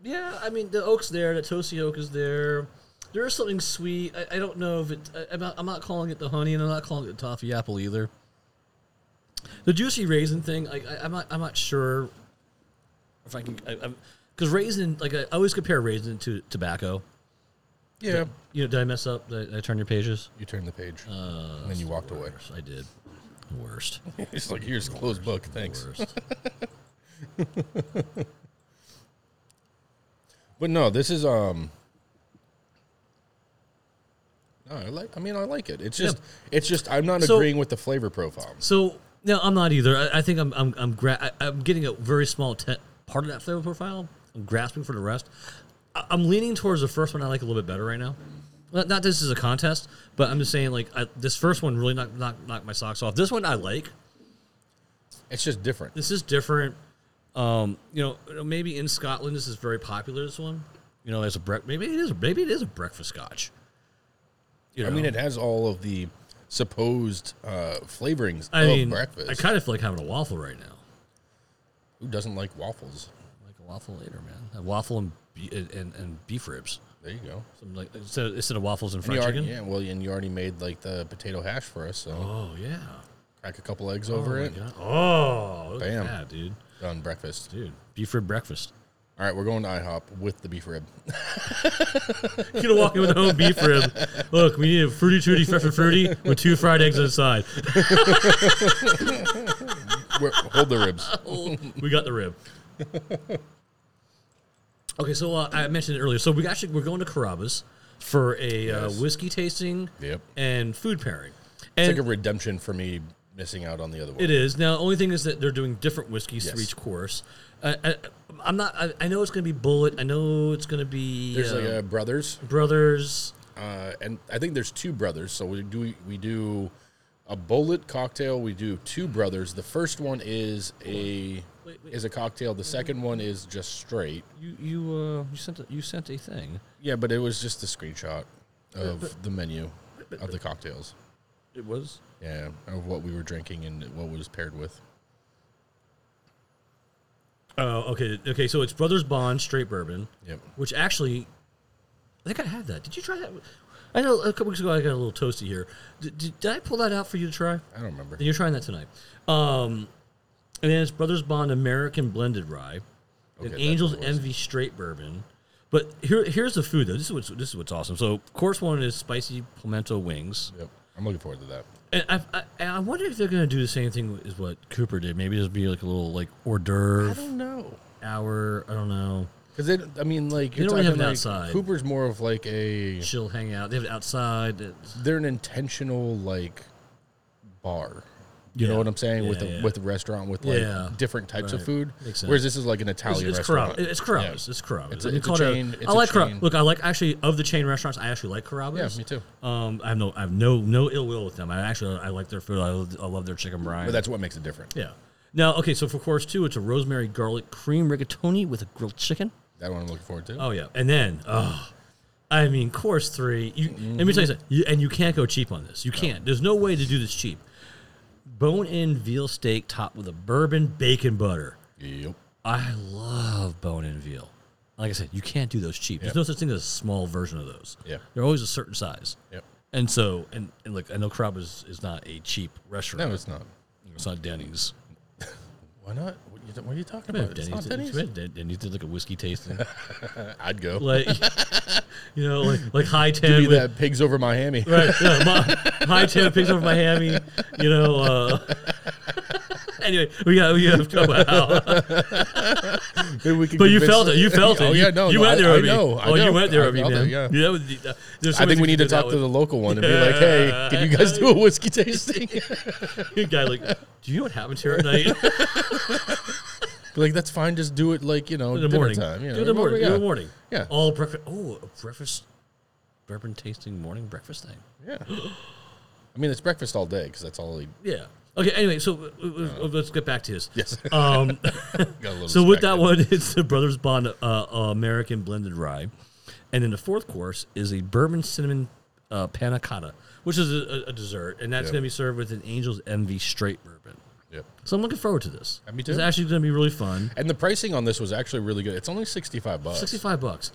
Speaker 2: Yeah, I mean the oak's there, the toasty oak is there. There is something sweet. I, I don't know if it. I, I'm, not, I'm not calling it the honey, and I'm not calling it the toffee apple either. The juicy raisin thing, like I, I'm not. I'm not sure if I can. Because raisin, like I always compare raisin to tobacco.
Speaker 1: Yeah.
Speaker 2: You know, did I mess up? Did I, turn your pages?
Speaker 1: You turned the page, and then you walked away.
Speaker 2: Worst, I did. Worst.
Speaker 1: It's like here's a closed book. Thanks.
Speaker 2: Worst.
Speaker 1: But no, this is um. No, I like. I mean, I like it. It's just. It's just. I'm not
Speaker 2: So-
Speaker 1: agreeing with the flavor profile.
Speaker 2: So no, I'm not either. I, I think I'm I'm I'm, gra- I, I'm getting a very small te- part of that flavor profile. I'm grasping for the rest. I, I'm leaning towards the first one. I like a little bit better right now. Not, not this is a contest, but I'm just saying like I, this first one really knocked knocked knocked my socks off. This one I like.
Speaker 1: It's just different.
Speaker 2: This is different. Um, you know, maybe in Scotland this is very popular. This one, you know, as a bre- maybe it is maybe it is a breakfast scotch. You
Speaker 1: I mean, it has all of the supposed uh, flavorings
Speaker 2: I
Speaker 1: of
Speaker 2: mean,
Speaker 1: breakfast.
Speaker 2: I kind of feel like having a waffle right now.
Speaker 1: Who doesn't like waffles?
Speaker 2: like a waffle later, man. A waffle and be- and, and beef ribs.
Speaker 1: There you go.
Speaker 2: Something like instead of, instead of waffles and
Speaker 1: And you
Speaker 2: fried
Speaker 1: already,
Speaker 2: chicken.
Speaker 1: yeah, well, and you already made like the potato hash for us, so
Speaker 2: Oh yeah.
Speaker 1: crack a couple eggs over
Speaker 2: Oh, my
Speaker 1: it.
Speaker 2: God. Oh, look
Speaker 1: Bam.
Speaker 2: at that, dude.
Speaker 1: Done breakfast.
Speaker 2: Dude, Buford breakfast.
Speaker 1: All right, we're going to IHOP with the beef rib.
Speaker 2: You gonna walk in with a home beef rib. Look, we need a fruity tooty fresh fruity with two fried eggs inside.
Speaker 1: We're, hold the ribs.
Speaker 2: We got the rib. Okay, so uh, I mentioned it earlier. So we actually we're going to Carrabba's for a uh,
Speaker 1: Yes.
Speaker 2: whiskey tasting
Speaker 1: Yep.
Speaker 2: and food pairing.
Speaker 1: It's
Speaker 2: And
Speaker 1: like a redemption for me missing out on the other one.
Speaker 2: It is now. Only thing is that they're doing different whiskeys for
Speaker 1: Yes.
Speaker 2: each course. Uh, I, I'm not. I, I know it's going to be Bullet. I know it's going to be
Speaker 1: There's
Speaker 2: uh,
Speaker 1: like a brothers,
Speaker 2: Brothers.
Speaker 1: uh, and I think there's two brothers. So we do we do a bullet cocktail. We do two brothers. The first one is a
Speaker 2: Wait, wait.
Speaker 1: is a cocktail. The second one is just straight.
Speaker 2: You you uh, you sent a, you sent a thing.
Speaker 1: Yeah, but it was just a screenshot of the menu of the cocktails.
Speaker 2: It was.
Speaker 1: Yeah, of what we were drinking and what was paired with.
Speaker 2: Oh, okay, okay. So it's Brothers Bond Straight Bourbon,
Speaker 1: Yep.
Speaker 2: which actually, I think I have that. Did you try that? I know a couple weeks ago I got a little toasty here. Did, did, did I pull that out for you to try?
Speaker 1: I don't remember.
Speaker 2: Then you're trying that tonight. Um, and then it's Brothers Bond American Blended Rye,
Speaker 1: Okay,
Speaker 2: an
Speaker 1: that's
Speaker 2: Angel's
Speaker 1: what it was.
Speaker 2: Envy Straight Bourbon. But here, here's the food though. This is what's this is what's awesome. So course one is spicy pimento wings,
Speaker 1: Yep. I'm looking forward to that.
Speaker 2: and I, I, and I wonder if they're gonna do the same thing as what Cooper did. Maybe there'll be like a little like hors
Speaker 1: I
Speaker 2: d'oeuvre
Speaker 1: don't know.
Speaker 2: hour. I don't know.
Speaker 1: Because it, I mean, like
Speaker 2: They
Speaker 1: you're
Speaker 2: don't
Speaker 1: talking
Speaker 2: have an
Speaker 1: like,
Speaker 2: outside.
Speaker 1: Cooper's more of like a
Speaker 2: Chill hangout. They have it outside. It's-
Speaker 1: they're an intentional like bar. You
Speaker 2: Yeah.
Speaker 1: know what I'm saying with
Speaker 2: Yeah,
Speaker 1: the,
Speaker 2: yeah.
Speaker 1: with the restaurant with like
Speaker 2: Yeah.
Speaker 1: different types of
Speaker 2: Right.
Speaker 1: food.
Speaker 2: Makes sense.
Speaker 1: Whereas this is like an
Speaker 2: It's,
Speaker 1: Italian
Speaker 2: it's
Speaker 1: restaurant.
Speaker 2: Carrabba's. It's Carrabba's. It's Carrabba's.
Speaker 1: It's a-
Speaker 2: I mean,
Speaker 1: it's a
Speaker 2: call it
Speaker 1: chain- it's
Speaker 2: I
Speaker 1: a
Speaker 2: like Carrabba's.
Speaker 1: chain.
Speaker 2: Look, I like actually of the chain restaurants. I actually like
Speaker 1: Yeah,
Speaker 2: Carrabba's.
Speaker 1: me too.
Speaker 2: Um, I have no, I have no, no ill will with them. I actually, I like their food. I love, I love their chicken brine.
Speaker 1: But that's what makes it different.
Speaker 2: yeah. Now, okay, so for course two, it's a rosemary garlic cream rigatoni with a grilled chicken.
Speaker 1: That one I'm looking forward to.
Speaker 2: Oh yeah, and then, oh, I mean, course three. You, Let me tell you something. You, and you can't go cheap on this. You can't. There's no way to do this cheap. Bone-in veal steak topped with a bourbon bacon butter.
Speaker 1: Yep.
Speaker 2: I love bone and veal. Like I said, you can't do those cheap. There's
Speaker 1: Yeah.
Speaker 2: no such thing as a small version of those.
Speaker 1: Yeah.
Speaker 2: They're always a certain size.
Speaker 1: Yep.
Speaker 2: And so, and, and look, I know Crab is, is not a cheap restaurant.
Speaker 1: No, it's not.
Speaker 2: It's not Denny's.
Speaker 1: Why not? What you- what are you talking
Speaker 2: We have
Speaker 1: about? It's not Denny's.
Speaker 2: We had Denny's did like a whiskey tasting.
Speaker 1: I'd go.
Speaker 2: like, you know, like, like high
Speaker 1: Be
Speaker 2: ten with,
Speaker 1: that pigs over Miami.
Speaker 2: right, yeah, my, high ten picks over Miami, you know, uh, anyway, we got, we got, wow.
Speaker 1: Maybe we could
Speaker 2: But you
Speaker 1: convince-
Speaker 2: felt it. You felt it.
Speaker 1: Oh
Speaker 2: You-
Speaker 1: yeah, no,
Speaker 2: you
Speaker 1: no,
Speaker 2: went
Speaker 1: I-
Speaker 2: there
Speaker 1: I
Speaker 2: with me.
Speaker 1: know, I
Speaker 2: oh, you
Speaker 1: know.
Speaker 2: went there
Speaker 1: I
Speaker 2: with me,
Speaker 1: felt it,
Speaker 2: man.
Speaker 1: yeah.
Speaker 2: Yeah, that was- uh, there's so
Speaker 1: I
Speaker 2: many
Speaker 1: think we need
Speaker 2: things
Speaker 1: to
Speaker 2: do that
Speaker 1: talk to the
Speaker 2: with.
Speaker 1: local one and be like, "Hey, can you guys do a whiskey tasting?"
Speaker 2: guy. Like, do you know what happens here at night?
Speaker 1: like, that's fine. Just do it, like you know,
Speaker 2: in the
Speaker 1: dinner
Speaker 2: morning.
Speaker 1: time. You know,
Speaker 2: do it in the morning.
Speaker 1: Yeah.
Speaker 2: Do it in the morning.
Speaker 1: Yeah.
Speaker 2: All breakfast. Oh, a breakfast, bourbon tasting morning breakfast thing.
Speaker 1: Yeah. I mean, it's breakfast all day because that's all he
Speaker 2: Yeah. Okay. Anyway, so uh, uh, let's get back to this.
Speaker 1: Yes.
Speaker 2: Um,
Speaker 1: got a little
Speaker 2: So with that
Speaker 1: distracted.
Speaker 2: one, it's the Brothers Bond uh, uh, American Blended Rye, and then the fourth course is a bourbon cinnamon uh, panna cotta, which is a, a- a dessert, and that's
Speaker 1: Yep.
Speaker 2: going to be served with an Angel's Envy straight bourbon.
Speaker 1: Yep.
Speaker 2: So I'm looking forward to this.
Speaker 1: me
Speaker 2: It's
Speaker 1: too.
Speaker 2: actually going to be really fun.
Speaker 1: And the pricing on this was actually really good. It's only sixty-five bucks.
Speaker 2: Sixty-five bucks.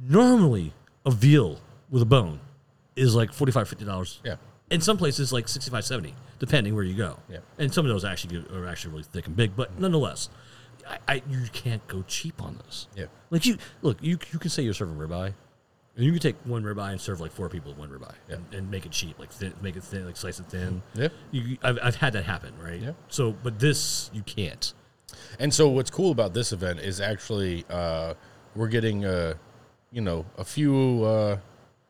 Speaker 2: Normally, a veal with a bone is like $45, 50 dollars.
Speaker 1: Yeah.
Speaker 2: In some places, like 65 70 depending where you go.
Speaker 1: Yeah.
Speaker 2: And some of those actually get- are actually really thick and big, but nonetheless, I, I you can't go cheap on this.
Speaker 1: Yeah.
Speaker 2: Like you look, you you can say you're serving ribeye, and you can take one ribeye and serve like four people with one ribeye,
Speaker 1: Yeah.
Speaker 2: and, and make it cheap, like thin, make it thin, like slice it thin.
Speaker 1: Yeah.
Speaker 2: You, I've, I've had that happen, right?
Speaker 1: Yeah.
Speaker 2: So, but this you can't.
Speaker 1: And so, what's cool about this event is actually uh, we're getting, uh, you know, a few. Uh,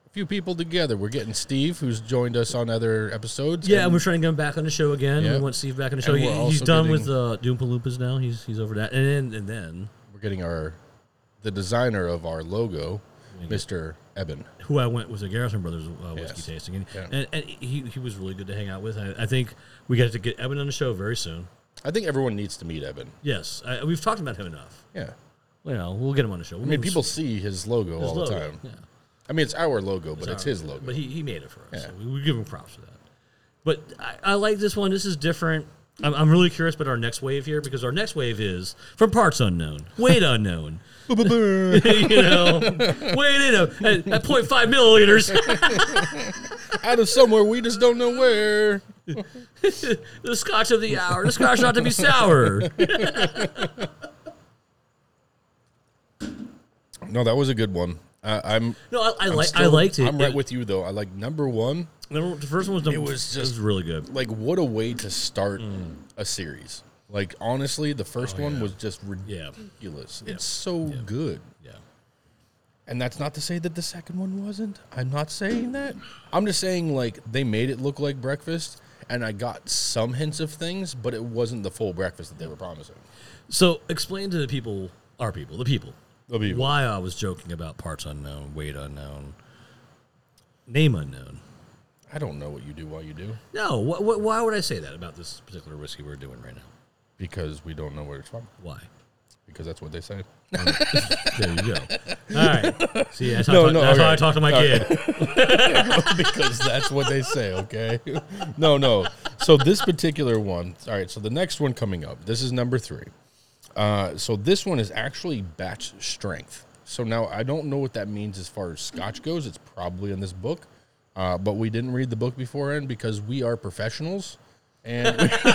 Speaker 1: a Few people together. We're getting Steve, who's joined us on other episodes.
Speaker 2: Yeah, and we're trying to get him back on the show again.
Speaker 1: Yeah.
Speaker 2: We want Steve back on the show.
Speaker 1: And
Speaker 2: He,
Speaker 1: we're
Speaker 2: he's
Speaker 1: also
Speaker 2: done
Speaker 1: getting-
Speaker 2: with uh, Doompa Loompas now. He's he's over that, and then and then
Speaker 1: we're getting our the designer of our logo, Mr. Eben.
Speaker 2: who I went with the Garrison Brothers uh, whiskey
Speaker 1: Yes.
Speaker 2: tasting, and,
Speaker 1: Yeah.
Speaker 2: and, and he, he was really good to hang out with. I, I think we got to get Evan on the show very soon.
Speaker 1: I think everyone needs to meet Eben.
Speaker 2: Yes, I, we've talked about him enough.
Speaker 1: Yeah.
Speaker 2: You know, we'll get him on the show.
Speaker 1: I mean, people see his logo all the time.
Speaker 2: Yeah.
Speaker 1: I mean, it's our logo, but it's
Speaker 2: our-
Speaker 1: his logo.
Speaker 2: But he, he made it for us.
Speaker 1: Yeah.
Speaker 2: So we, we give him props for that. But I, I like this one. This is different. I'm, I'm really curious about our next wave here because our next wave is from parts unknown, weight unknown. you know, weight in a, at, at 0.5 milliliters.
Speaker 1: Out of somewhere we just don't know where.
Speaker 2: the scotch of the hour. The scotch ought to be sour.
Speaker 1: No, that was a good one. I, I'm.
Speaker 2: No, I, I,
Speaker 1: I'm
Speaker 2: like, I
Speaker 1: still-
Speaker 2: liked it.
Speaker 1: I'm right
Speaker 2: It-
Speaker 1: with you though. I like number one.
Speaker 2: number- the first one was number, it was just really good.
Speaker 1: Like what a way to start
Speaker 2: Mm.
Speaker 1: a series. Like honestly, the
Speaker 2: Oh,
Speaker 1: first one was just ridiculous. It's so good.
Speaker 2: Yeah.
Speaker 1: And that's not to say that the second one wasn't. I'm not saying that. I'm just saying like they made it look like breakfast, and I got some hints of things, but it wasn't the full breakfast that they were promising.
Speaker 2: So explain to the people, our people, the people,
Speaker 1: The people.
Speaker 2: why I was joking about parts unknown, weight unknown, name unknown.
Speaker 1: I don't know what you do while you do
Speaker 2: No, wh- wh- why would I say that about this particular whiskey we're doing right now?
Speaker 1: because we don't know where it's from
Speaker 2: Why?
Speaker 1: because that's what they say.
Speaker 2: There you go. All right. See, that's how,
Speaker 1: No,
Speaker 2: I, talk,
Speaker 1: no,
Speaker 2: that's how I
Speaker 1: okay.
Speaker 2: talk to my
Speaker 1: Okay.
Speaker 2: kid.
Speaker 1: because that's what they say, okay? No, no. So this particular one, all right, so the next one coming up, this is number three. Uh, so this one is actually batch strength. So now I don't know what that means as far as scotch goes. It's probably in this book, uh, but we didn't read the book beforehand because we are professionals. And,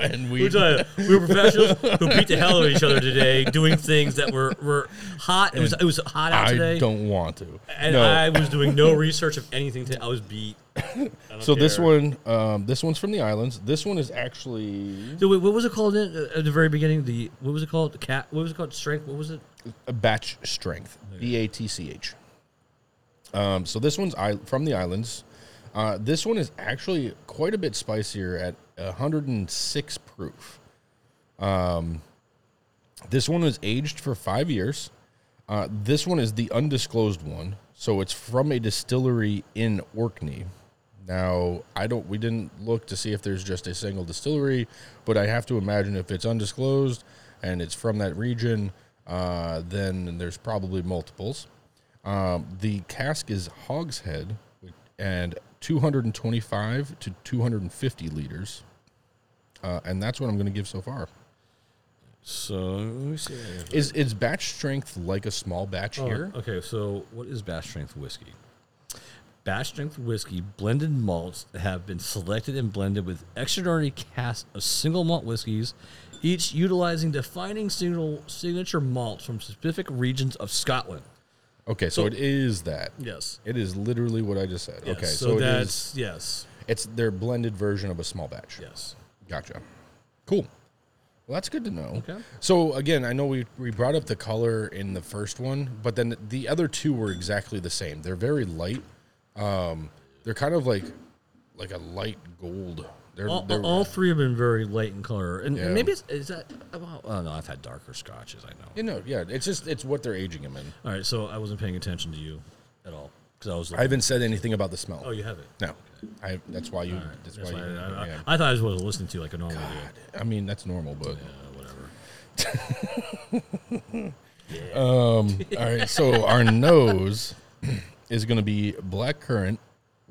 Speaker 1: and we
Speaker 2: Let me tell you, we were professionals who beat the hell out of each other today, doing things that were, were hot. It was it was hot out
Speaker 1: I
Speaker 2: today,
Speaker 1: don't want to.
Speaker 2: and
Speaker 1: no.
Speaker 2: I was doing no research of anything. To, I was beat.
Speaker 1: so this
Speaker 2: care.
Speaker 1: one, um, this one's from the islands. This one is actually
Speaker 2: So wait, what was it called in, at the very beginning? The what was it called? The cat? What was it called? Strength? What was it?
Speaker 1: a batch strength, B A T C H. Um, so this one's I- from the islands. Uh, this one is actually quite a bit spicier at 106 proof. Um, this one was aged for five years. Uh, this one is the undisclosed one, so it's from a distillery in Orkney. Now, I don't. We didn't look to see if there's just a single distillery, but I have to imagine if it's undisclosed and it's from that region, uh, then there's probably multiples. Um, the cask is hogshead and 225 to 250 liters, uh, and that's what I'm going to give so far.
Speaker 2: So
Speaker 1: Is is batch strength like a small batch here?
Speaker 2: Oh, Okay, so what is batch strength whiskey? Batch strength whiskey blended malts that have been selected and blended with extraordinary casts of single malt whiskeys, each utilizing defining single signature malts from specific regions of Scotland.
Speaker 1: Okay, so, it is that.
Speaker 2: Yes.
Speaker 1: It is literally what I just said. okay, so,
Speaker 2: so,
Speaker 1: it
Speaker 2: that's
Speaker 1: is.
Speaker 2: yes,
Speaker 1: It's their blended version of a small batch.
Speaker 2: yes.
Speaker 1: Gotcha. Cool. Well, that's good to know.
Speaker 2: Okay.
Speaker 1: So again, I know we we brought up the color in the first one, but then the other two were exactly the same. They're very light. Um, they're kind of like like a light gold. They're,
Speaker 2: All,
Speaker 1: they're
Speaker 2: all three have been very light in color, and,
Speaker 1: Yeah.
Speaker 2: and maybe it's, is that. Well, oh no, I've had darker scotches. I know.
Speaker 1: you know yeah. It's just it's what they're aging them in.
Speaker 2: All right, so I wasn't paying attention to you at all because I was.
Speaker 1: I
Speaker 2: Looking,
Speaker 1: haven't said anything about the smell.
Speaker 2: oh, you have it.
Speaker 1: No, I. That's why you. That's,
Speaker 2: That's
Speaker 1: why.
Speaker 2: why
Speaker 1: you,
Speaker 2: I, I,
Speaker 1: yeah.
Speaker 2: I thought I was supposed to listen to like a normal dude.
Speaker 1: I mean, that's normal, but
Speaker 2: Uh, whatever.
Speaker 1: all right. So our nose is going to be black currant,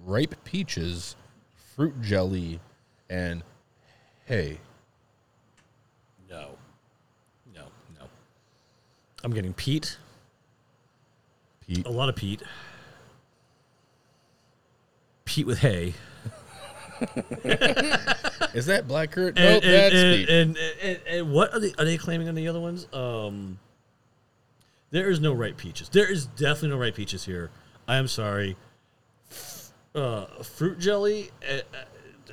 Speaker 1: ripe peaches, fruit jelly, and hay.
Speaker 2: No. No, no. I'm getting peat.
Speaker 1: Pete.
Speaker 2: A lot of peat. Peat with hay.
Speaker 1: Is that black currant?
Speaker 2: And,
Speaker 1: Nope,
Speaker 2: and,
Speaker 1: that's
Speaker 2: and,
Speaker 1: Pete.
Speaker 2: and, and- and what are they are they claiming on the other ones? Um there is no right peaches. There is definitely no right peaches here. I am sorry. Uh, fruit jelly? Uh, uh,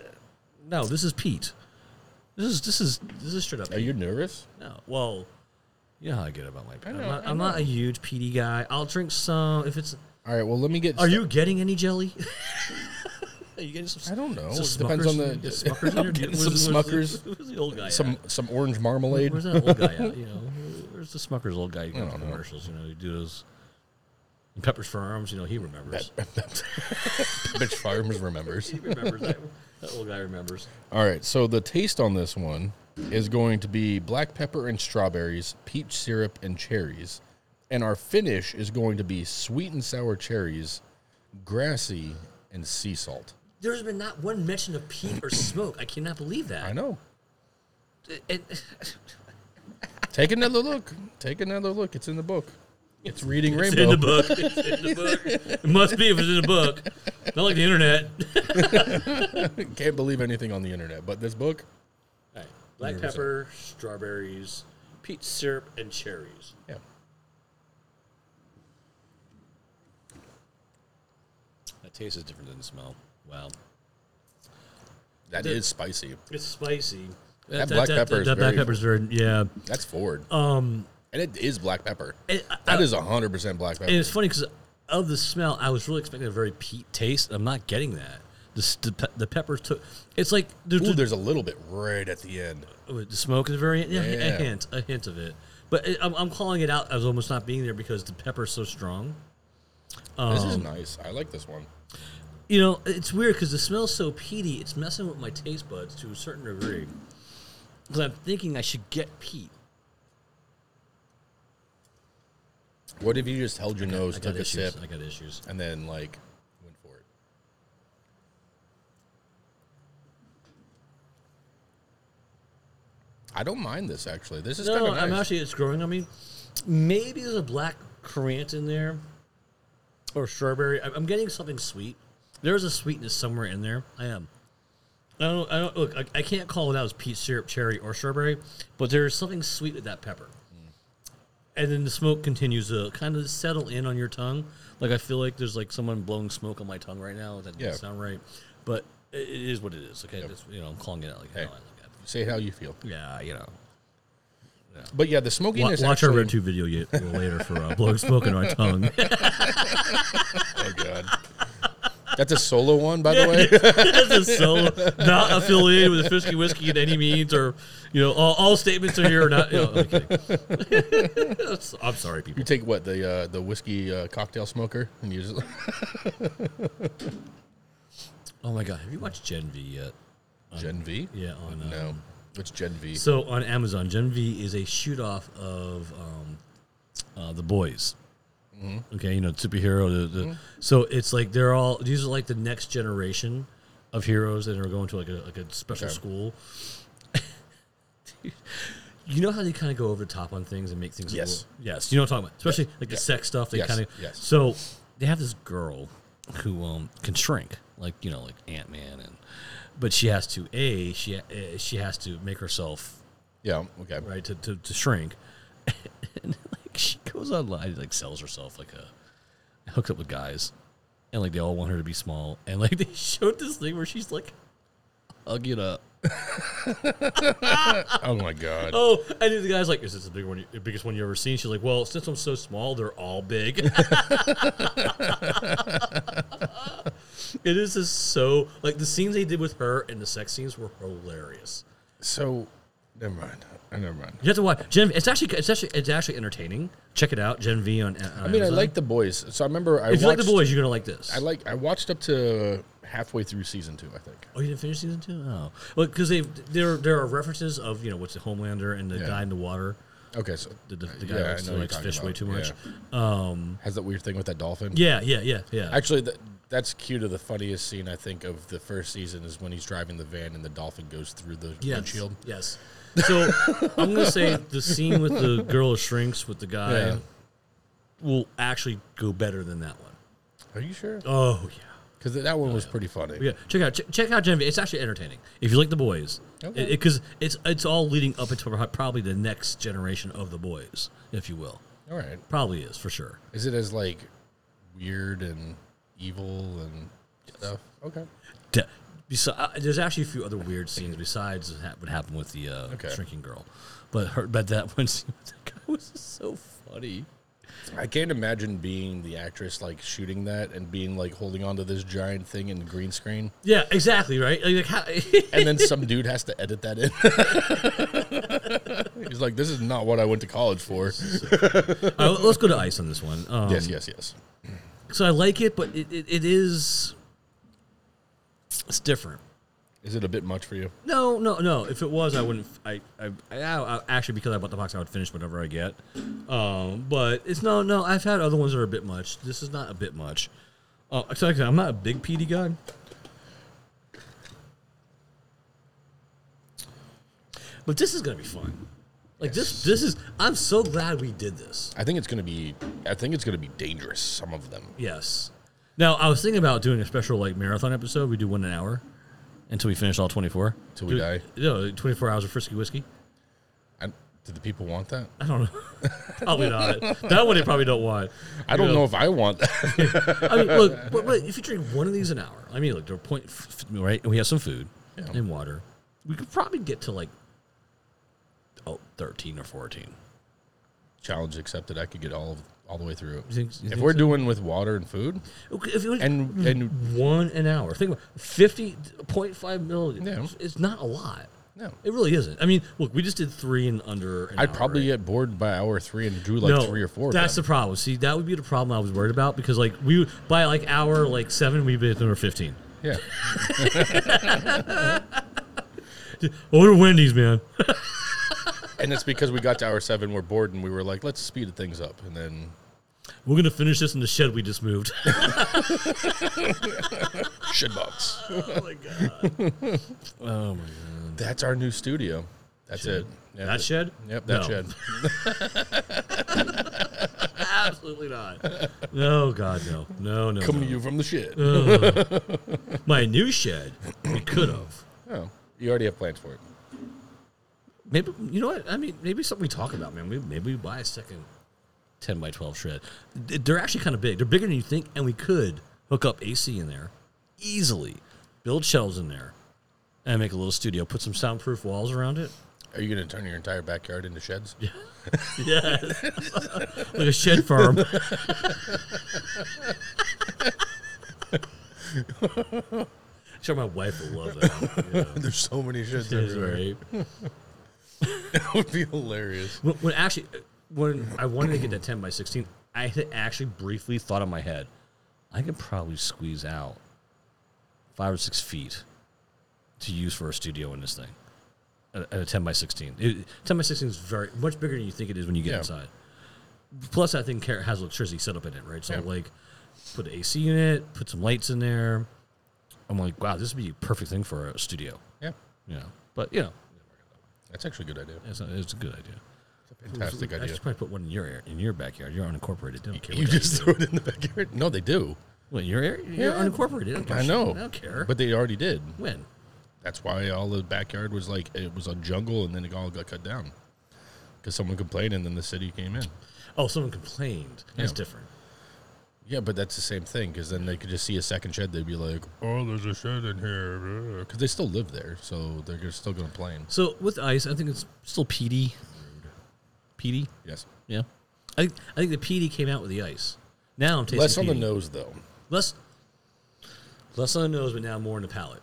Speaker 2: no, this is peat. This is this is this is straight up.
Speaker 1: Are you nervous?
Speaker 2: No. Well, you know how I get about my. I'm,
Speaker 1: know,
Speaker 2: not,
Speaker 1: I
Speaker 2: I'm not a huge PD guy. I'll drink some if it's.
Speaker 1: All right. Well, let me get.
Speaker 2: Are you getting any jelly? are you getting some?
Speaker 1: I don't know.
Speaker 2: some
Speaker 1: It depends on
Speaker 2: Smuckers?
Speaker 1: the-
Speaker 2: You get Smuckers. in
Speaker 1: I'm
Speaker 2: your-
Speaker 1: getting
Speaker 2: where's-
Speaker 1: some
Speaker 2: where's the-
Speaker 1: Smuckers.
Speaker 2: Where's the old guy?
Speaker 1: some
Speaker 2: At?
Speaker 1: some orange marmalade?
Speaker 2: Where's that old guy at? You know, where's the Smuckers old guy? You
Speaker 1: don't
Speaker 2: got
Speaker 1: know.
Speaker 2: commercials. You know, you do those. and Peppers for Arms. You know, he remembers.
Speaker 1: Bitch Farms remembers.
Speaker 2: he remembers that. That old guy remembers.
Speaker 1: All right, so the taste on this one is going to be black pepper and strawberries, peach syrup and cherries. And our finish is going to be sweet and sour cherries, grassy and sea salt.
Speaker 2: There's been not one mention of peat or smoke. I cannot believe that.
Speaker 1: I know.
Speaker 2: It-
Speaker 1: Take another look. Take another look. It's in the book. It's reading
Speaker 2: it's
Speaker 1: rainbow.
Speaker 2: in the book. It's in the book. It must be if it's in the book. Not like the internet.
Speaker 1: Can't believe anything on the internet, but this book.
Speaker 2: Alright, Black pepper, strawberries, peach syrup, and cherries.
Speaker 1: Yeah.
Speaker 2: That taste is different than the smell. Wow.
Speaker 1: that is
Speaker 2: The-
Speaker 1: spicy.
Speaker 2: It's spicy.
Speaker 1: That black pepper is
Speaker 2: that black
Speaker 1: very-
Speaker 2: pepper is very yeah.
Speaker 1: That's Ford.
Speaker 2: Um,
Speaker 1: and it is black pepper.
Speaker 2: it- uh, I-
Speaker 1: That is a 100% black pepper.
Speaker 2: And it's funny because of the smell, I was really expecting a very peat taste. and I'm not getting that. The s- the, pe- the peppers took. It's like there's,
Speaker 1: Ooh,
Speaker 2: the, oh,
Speaker 1: there's a little bit right at the end.
Speaker 2: the smoke is very yeah, a
Speaker 1: Yeah.
Speaker 2: hint a hint of it. But it, I'm, I'm calling it out as almost not being there because the pepper's so strong.
Speaker 1: this
Speaker 2: Um,
Speaker 1: is nice. I like this one.
Speaker 2: You know, it's weird because the smell's so peaty. It's messing with my taste buds to a certain degree. Because I'm thinking I should get peat.
Speaker 1: What if you just held your nose,
Speaker 2: I
Speaker 1: took
Speaker 2: got
Speaker 1: a
Speaker 2: issues.
Speaker 1: sip,
Speaker 2: I got issues.
Speaker 1: and then like went for it? I don't mind this actually. This is kind
Speaker 2: No,
Speaker 1: of nice.
Speaker 2: I'm actually it's growing on me. Maybe there's a black currant in there, or strawberry. I- I'm getting something sweet. There's a sweetness somewhere in there. I am. I don't. I don't look. I, I can't call it out as peach syrup, cherry, or strawberry, but there's something sweet with that pepper. And then the smoke continues to kind of settle in on your tongue. Like I feel like there's like someone blowing smoke on my tongue right now. That doesn't
Speaker 1: Yeah.
Speaker 2: sound right, but it it is what it is. Okay, That's- you know I'm calling it out like how I
Speaker 1: Hey.
Speaker 2: look at it.
Speaker 1: Say how you feel.
Speaker 2: Yeah, you know.
Speaker 1: But yeah, the
Speaker 2: Wa-
Speaker 1: smokiness.
Speaker 2: Watch our Red 2 video yet, later for uh, blowing smoke in our tongue.
Speaker 1: Oh god, that's a solo one, by the way.
Speaker 2: this is so not affiliated with Fisky Whiskey in any means, or, you know, all, all statements are here or not. You know, I'm kidding. I'm sorry, people.
Speaker 1: You take what the uh, the whiskey uh, cocktail smoker, and you just
Speaker 2: Oh, my God. Have you watched Gen V yet?
Speaker 1: Gen V.
Speaker 2: Um, Yeah, on. Uh,
Speaker 1: No, it's Gen V.
Speaker 2: So on Amazon, Gen V is a shoot off of um, uh, The Boys.
Speaker 1: Mm-hmm.
Speaker 2: Okay, you know, superhero. The, the, So it's like they're all, these are like the next generation of heroes and are going to like a, like a special
Speaker 1: Okay.
Speaker 2: school. you know how they kind of go over the top on things and make things a
Speaker 1: Yes.
Speaker 2: little- yes. You know what I'm talking about, especially like the sex stuff. They
Speaker 1: Yes,
Speaker 2: kind of
Speaker 1: yes.
Speaker 2: so they have this girl who um, can shrink, like you know, like Ant Man, and but she has to a she uh, she has to make herself
Speaker 1: yeah, okay.
Speaker 2: right to, to, to shrink, and like she goes online and like sells herself like a hooks up with guys, and like they all want her to be small, and like they showed this thing where she's like hugging up.
Speaker 1: Oh my god.
Speaker 2: Oh, and then the guy's like, "Is this the big one, the biggest one you ever seen?" She's like, "Well, since I'm so small, they're all big." it is just so like the scenes they did with her and the sex scenes were hilarious.
Speaker 1: So, never mind. I never mind.
Speaker 2: You have to watch Gen. It's actually it's actually it's actually entertaining. Check it out, Gen V on.
Speaker 1: I mean, I like the boys. So I remember I
Speaker 2: If you like
Speaker 1: watched.
Speaker 2: the boys, you're gonna like this.
Speaker 1: I like. I watched up to halfway through season two. I think.
Speaker 2: Oh, you didn't finish season two? Oh, well, because they there there are references of you know what's the Homelander and the
Speaker 1: Yeah.
Speaker 2: guy in the water,
Speaker 1: Okay, so
Speaker 2: the, the, the
Speaker 1: Yeah,
Speaker 2: guy
Speaker 1: I
Speaker 2: who
Speaker 1: know
Speaker 2: likes to
Speaker 1: you're
Speaker 2: like
Speaker 1: talking
Speaker 2: fish way
Speaker 1: about.
Speaker 2: too much. Um,
Speaker 1: has that weird thing with that dolphin.
Speaker 2: yeah, yeah, yeah, yeah.
Speaker 1: Actually, that that's cute. Of the funniest scene I think of the first season is when he's driving the van and the dolphin goes through the
Speaker 2: yes.
Speaker 1: windshield.
Speaker 2: Yes. So I'm gonna say the scene with the girl who shrinks with the guy
Speaker 1: Yeah.
Speaker 2: will actually go better than that one.
Speaker 1: Are you sure?
Speaker 2: Oh yeah.
Speaker 1: Because that one was pretty funny.
Speaker 2: Yeah, check out check, check out Gen V. It's actually entertaining if you like the boys, because
Speaker 1: Okay.
Speaker 2: it's it's all leading up into pro- probably the next generation of the boys, if you will.
Speaker 1: All right.
Speaker 2: Probably is for sure.
Speaker 1: Is it as like weird and evil and stuff? Okay.
Speaker 2: De- besi- uh, there's actually a few other weird scenes besides ha- what happened with the uh,
Speaker 1: Okay.
Speaker 2: shrinking girl, but her but that one scene with that guy was just so funny.
Speaker 1: I can't imagine being the actress like shooting that and being like holding onto this giant thing in green screen,
Speaker 2: Yeah, exactly right. Like, like how,
Speaker 1: and then some dude has to edit that in. He's like, "This is not what I went to college for."
Speaker 2: Uh, let's go to ice on this one. Um,
Speaker 1: Yes, yes, yes.
Speaker 2: So I like it, but it, it, it is it's different.
Speaker 1: Is it a bit much for you?
Speaker 2: No, no, no. If it was, I wouldn't. I, I, I, I actually because I bought the box, I would finish whatever I get. Um, but it's no, no. I've had other ones that are a bit much. This is not a bit much. Uh, so like I said, I'm not a big PD guy. But this is gonna be fun. Like this, this is. I'm so glad we did this.
Speaker 1: I think it's going to be. I think it's going to be dangerous. Some of them.
Speaker 2: Yes. Now I was thinking about doing a special like marathon episode. We do one an hour until we finish all 24.
Speaker 1: Till we
Speaker 2: Do-
Speaker 1: die.
Speaker 2: No, 24 hours of frisky whiskey.
Speaker 1: I, do the people want that?
Speaker 2: I don't know. probably not. That one they probably don't want.
Speaker 1: I don't
Speaker 2: Yeah.
Speaker 1: know if I want that.
Speaker 2: I mean, look, but, but if you drink one of these an hour, I mean, look, they're point f- f- right, and we have some food and water. We could probably get to like oh, 13 or 14.
Speaker 1: Challenge accepted. I could get all of, all the way through it.
Speaker 2: You think- you
Speaker 1: if
Speaker 2: think
Speaker 1: we're
Speaker 2: so?
Speaker 1: doing with water and food,
Speaker 2: Okay, If it was
Speaker 1: and and
Speaker 2: one an hour, think about 50.5 million.
Speaker 1: Yeah.
Speaker 2: It's not a lot.
Speaker 1: No.
Speaker 2: It really isn't. I mean, look, we just did three and under. An
Speaker 1: I'd
Speaker 2: hour,
Speaker 1: probably
Speaker 2: right?
Speaker 1: get bored by hour three and do like three or four. of
Speaker 2: That's
Speaker 1: them.
Speaker 2: the problem. See, that would be the problem I was worried about because like we by like hour like seven we'd be at number fifteen.
Speaker 1: yeah.
Speaker 2: Order Wendy's, man.
Speaker 1: And it's because we got to hour seven, we're bored, and we were like, let's speed things up. And then
Speaker 2: We're gonna finish this in the shed we just moved. Oh
Speaker 1: shit box.
Speaker 2: oh my god. Oh my god.
Speaker 1: That's our new studio. That's it. Yeah.
Speaker 2: That shed?
Speaker 1: Yep, that
Speaker 2: No.
Speaker 1: shed.
Speaker 2: Absolutely not. No, God, no, no, no.
Speaker 1: Coming
Speaker 2: no.
Speaker 1: to you from the shit.
Speaker 2: Uh. My new shed. We could have.
Speaker 1: Oh, you already have plans for it.
Speaker 2: Maybe you know what I mean. Maybe something we talk about, man. We, maybe we buy a second ten by twelve shed. Th- They're actually kind of big. They're bigger than you think, and we could hook up AC in there easily, build shelves in there, and make a little studio. Put some soundproof walls around it.
Speaker 1: Are you going to turn your entire backyard into sheds?
Speaker 2: Yeah, like a shed farm. sure, my wife would love that. you know.
Speaker 1: There's so many sheds
Speaker 2: Right.
Speaker 1: That would be hilarious.
Speaker 2: When, when actually, when I wanted to get that 10 by 16, I had actually briefly thought in my head, I could probably squeeze out five or six feet to use for a studio in this thing at at a 10 by 16. It- 10 by 16 is very much bigger than you think it is when you get
Speaker 1: Yeah.
Speaker 2: inside. Plus, that thing car- has electricity set up in it, right? So,
Speaker 1: Yeah.
Speaker 2: like, put an AC in it, put some lights in there. I'm like, wow, this would be a perfect thing for a studio,
Speaker 1: Yeah,
Speaker 2: you know? But, you know,
Speaker 1: that's actually a good idea.
Speaker 2: it's, not, it's a good idea.
Speaker 1: Fantastic
Speaker 2: I
Speaker 1: idea.
Speaker 2: should probably put one in your area, in your backyard. You're unincorporated. They Don't care.
Speaker 1: You
Speaker 2: what
Speaker 1: just threw it in the backyard? No, they do.
Speaker 2: what, your area? You're
Speaker 1: Yeah.
Speaker 2: unincorporated. They don't give a
Speaker 1: I
Speaker 2: shit.
Speaker 1: know.
Speaker 2: I don't care. But
Speaker 1: But they already did.
Speaker 2: when?
Speaker 1: That's why all the backyard was like, it was a jungle and then it all got cut down. Because someone complained and then the city came in.
Speaker 2: Oh, someone complained. That's
Speaker 1: Yeah.
Speaker 2: different.
Speaker 1: Yeah, but that's the same thing because then they could just see a second shed. They'd be like, "Oh, there's a shed in here," because they still live there, so they're just still going to complain.
Speaker 2: So with ice, I think it's still PD. PD.
Speaker 1: Yes,
Speaker 2: Yeah. I think I think the PD came out with the ice. Now I'm tasting
Speaker 1: less on the
Speaker 2: PD.
Speaker 1: nose though.
Speaker 2: Less. Less on the nose, but now more on the palate.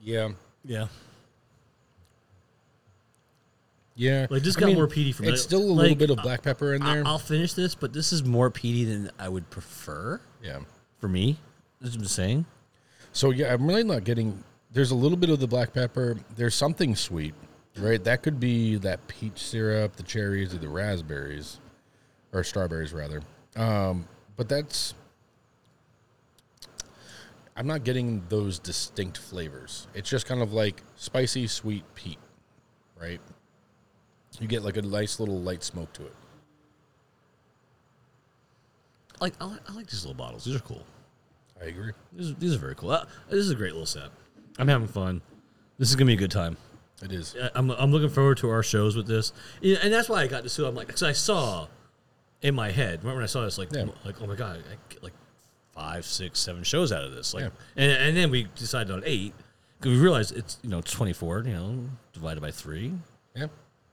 Speaker 1: Yeah,
Speaker 2: Yeah.
Speaker 1: yeah.
Speaker 2: Like, this
Speaker 1: I
Speaker 2: got more peaty from
Speaker 1: It's
Speaker 2: it.
Speaker 1: still a little
Speaker 2: Like, uh,
Speaker 1: bit of black pepper in
Speaker 2: I,
Speaker 1: there.
Speaker 2: I'll finish this, but this is more PD than I would prefer
Speaker 1: yeah.
Speaker 2: for me. This is what I'm saying.
Speaker 1: So yeah, I'm really not getting. There's a little bit of the black pepper. There's something sweet, right? That could be that peach syrup, the cherries, or the raspberries, or strawberries rather. Um, but that's. I'm not getting those distinct flavors. It's just kind of like spicy, sweet, peat, right? You get like a nice little light smoke to it.
Speaker 2: I like I like, I like these little bottles. These are cool.
Speaker 1: I agree.
Speaker 2: These, these are very cool. Uh, this is a great little set. I'm having fun. This is gonna be a good time.
Speaker 1: It is.
Speaker 2: I- I'm, I'm looking forward to our shows with this, Yeah, and that's why I got this. too. I'm like, because I saw in my head. Remember when I saw this? Like,
Speaker 1: Yeah.
Speaker 2: like oh my god, I get like five, six, seven shows out of this. Like,
Speaker 1: Yeah.
Speaker 2: and, and then we decided on eight because we realized it's you know 24. You know, divided by three.
Speaker 1: Yeah.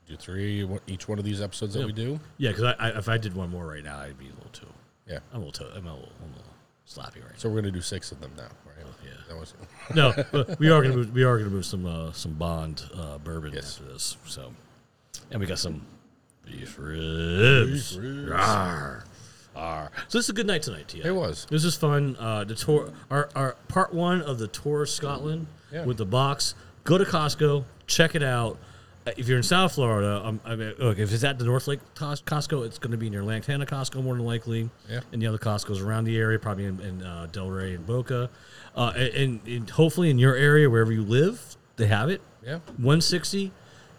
Speaker 1: Do three one- each one of these episodes that we do.
Speaker 2: Yeah, because I, I, if I did one more right now, I'd be a little too.
Speaker 1: Yeah.
Speaker 2: I'm a little. Too, I'm a little, I'm a little slappy right now.
Speaker 1: So we're gonna do six of them now, right?
Speaker 2: Oh, yeah.
Speaker 1: That was
Speaker 2: No, but we are gonna move, we are gonna move some uh, some Bond uh, bourbon
Speaker 1: Yes.
Speaker 2: after this. So, and we got some beef ribs. Rawr. Arr. So this is a good night tonight, T.I.
Speaker 1: It was.
Speaker 2: This is fun. Uh, the tour, our, our part one of the tour of Scotland
Speaker 1: Yeah.
Speaker 2: with the box. Go to Costco, check it out. uh, if you're in South Florida, um, I mean, look, if it's at the North Lake Cos- Costco, it's going to be near Lantana Costco more than likely.
Speaker 1: Yeah.
Speaker 2: And the other Costco's around the area, probably in, in uh, Delray and Boca. Uh, and, and hopefully in your area, wherever you live, they have it.
Speaker 1: Yeah.
Speaker 2: 160.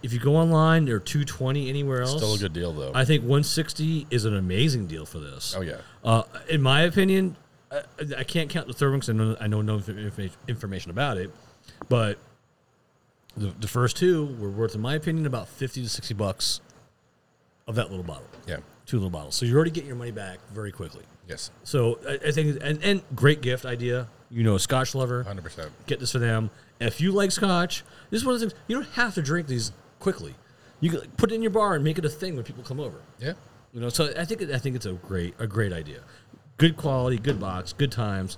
Speaker 2: If you go online, they're 220 anywhere else.
Speaker 1: Still a good deal though.
Speaker 2: I think 160 is an amazing deal for this.
Speaker 1: oh yeah.
Speaker 2: Uh, in my opinion, I, I can't count the third one because I know, I know no inf- information about it, but the, the first two were worth, in my opinion, about 50 to 60 bucks of that little bottle,
Speaker 1: Yeah.
Speaker 2: two little bottles. So you're already getting your money back very quickly.
Speaker 1: Yes.
Speaker 2: So I, I think, and, and great gift idea. You know, a Scotch lover,
Speaker 1: Hundred percent.
Speaker 2: get this for them. And if you like Scotch, this is one of the things, you don't have to drink these quickly. You can like, put it in your bar and make it a thing when people come over.
Speaker 1: Yeah.
Speaker 2: You know, so I think I think it's a great a great idea. Good quality, good box, good times.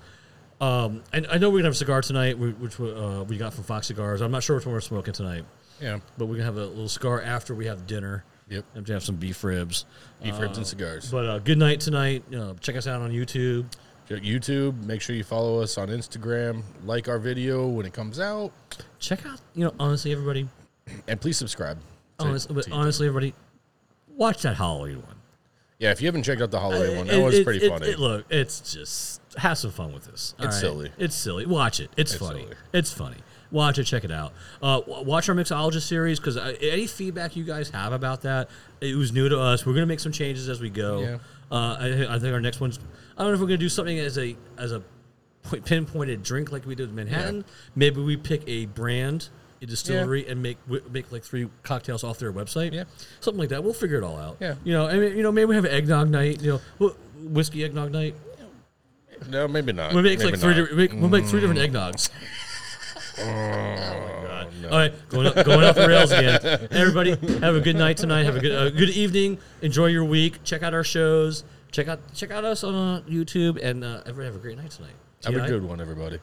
Speaker 2: Um, and I know we're gonna have a cigar tonight, wh- which uh, we got from Fox Cigars. I'm not sure which one we're smoking tonight,
Speaker 1: Yeah.
Speaker 2: but we're gonna have a little cigar after we have dinner.
Speaker 1: Yep.
Speaker 2: I'm gonna have some beef ribs.
Speaker 1: Beef ribs and cigars.
Speaker 2: But uh, good night tonight. Uh, check us out on YouTube.
Speaker 1: YouTube. Make sure you follow us on Instagram. Like our video when it comes out,
Speaker 2: Check out, you know, honestly, everybody.
Speaker 1: and please subscribe. to-
Speaker 2: Honest, but
Speaker 1: to-
Speaker 2: honestly, everybody, watch that Halloween one.
Speaker 1: yeah. If you haven't checked out the Holloway one,
Speaker 2: It-
Speaker 1: that was
Speaker 2: it-
Speaker 1: pretty
Speaker 2: it-
Speaker 1: funny.
Speaker 2: it- look, it's just have some fun with this. All
Speaker 1: It's silly.
Speaker 2: It's silly. Watch it. It's, funny.
Speaker 1: silly.
Speaker 2: It's funny. Watch it. Check it out. Uh, w- watch our mixologist series because any feedback you guys have about that, it was new to us. We're gonna make some changes as we go.
Speaker 1: Yeah.
Speaker 2: Uh, I, I think our next one's. I don't know if we're gonna do something as a as a point, pinpointed drink like we did with Manhattan. Maybe we pick a brand. A distillery and make w- make like three cocktails off their website,
Speaker 1: Yeah.
Speaker 2: something like that. We'll figure it all out.
Speaker 1: Yeah.
Speaker 2: You know, I mean, you know, maybe we have eggnog night. You know, wh- whiskey eggnog night.
Speaker 1: no, maybe not.
Speaker 2: We make
Speaker 1: Maybe
Speaker 2: like three.
Speaker 1: not.
Speaker 2: Di- we make, we'll make three different eggnogs. oh my god! All right, going up, going off the rails again. Everybody, have a good night tonight. Have a good, uh, good evening. Enjoy your week. Check out our shows. Check out, check out us on uh, YouTube, and uh, everybody have a great night tonight.
Speaker 1: Have a
Speaker 2: TI?
Speaker 1: good one, everybody.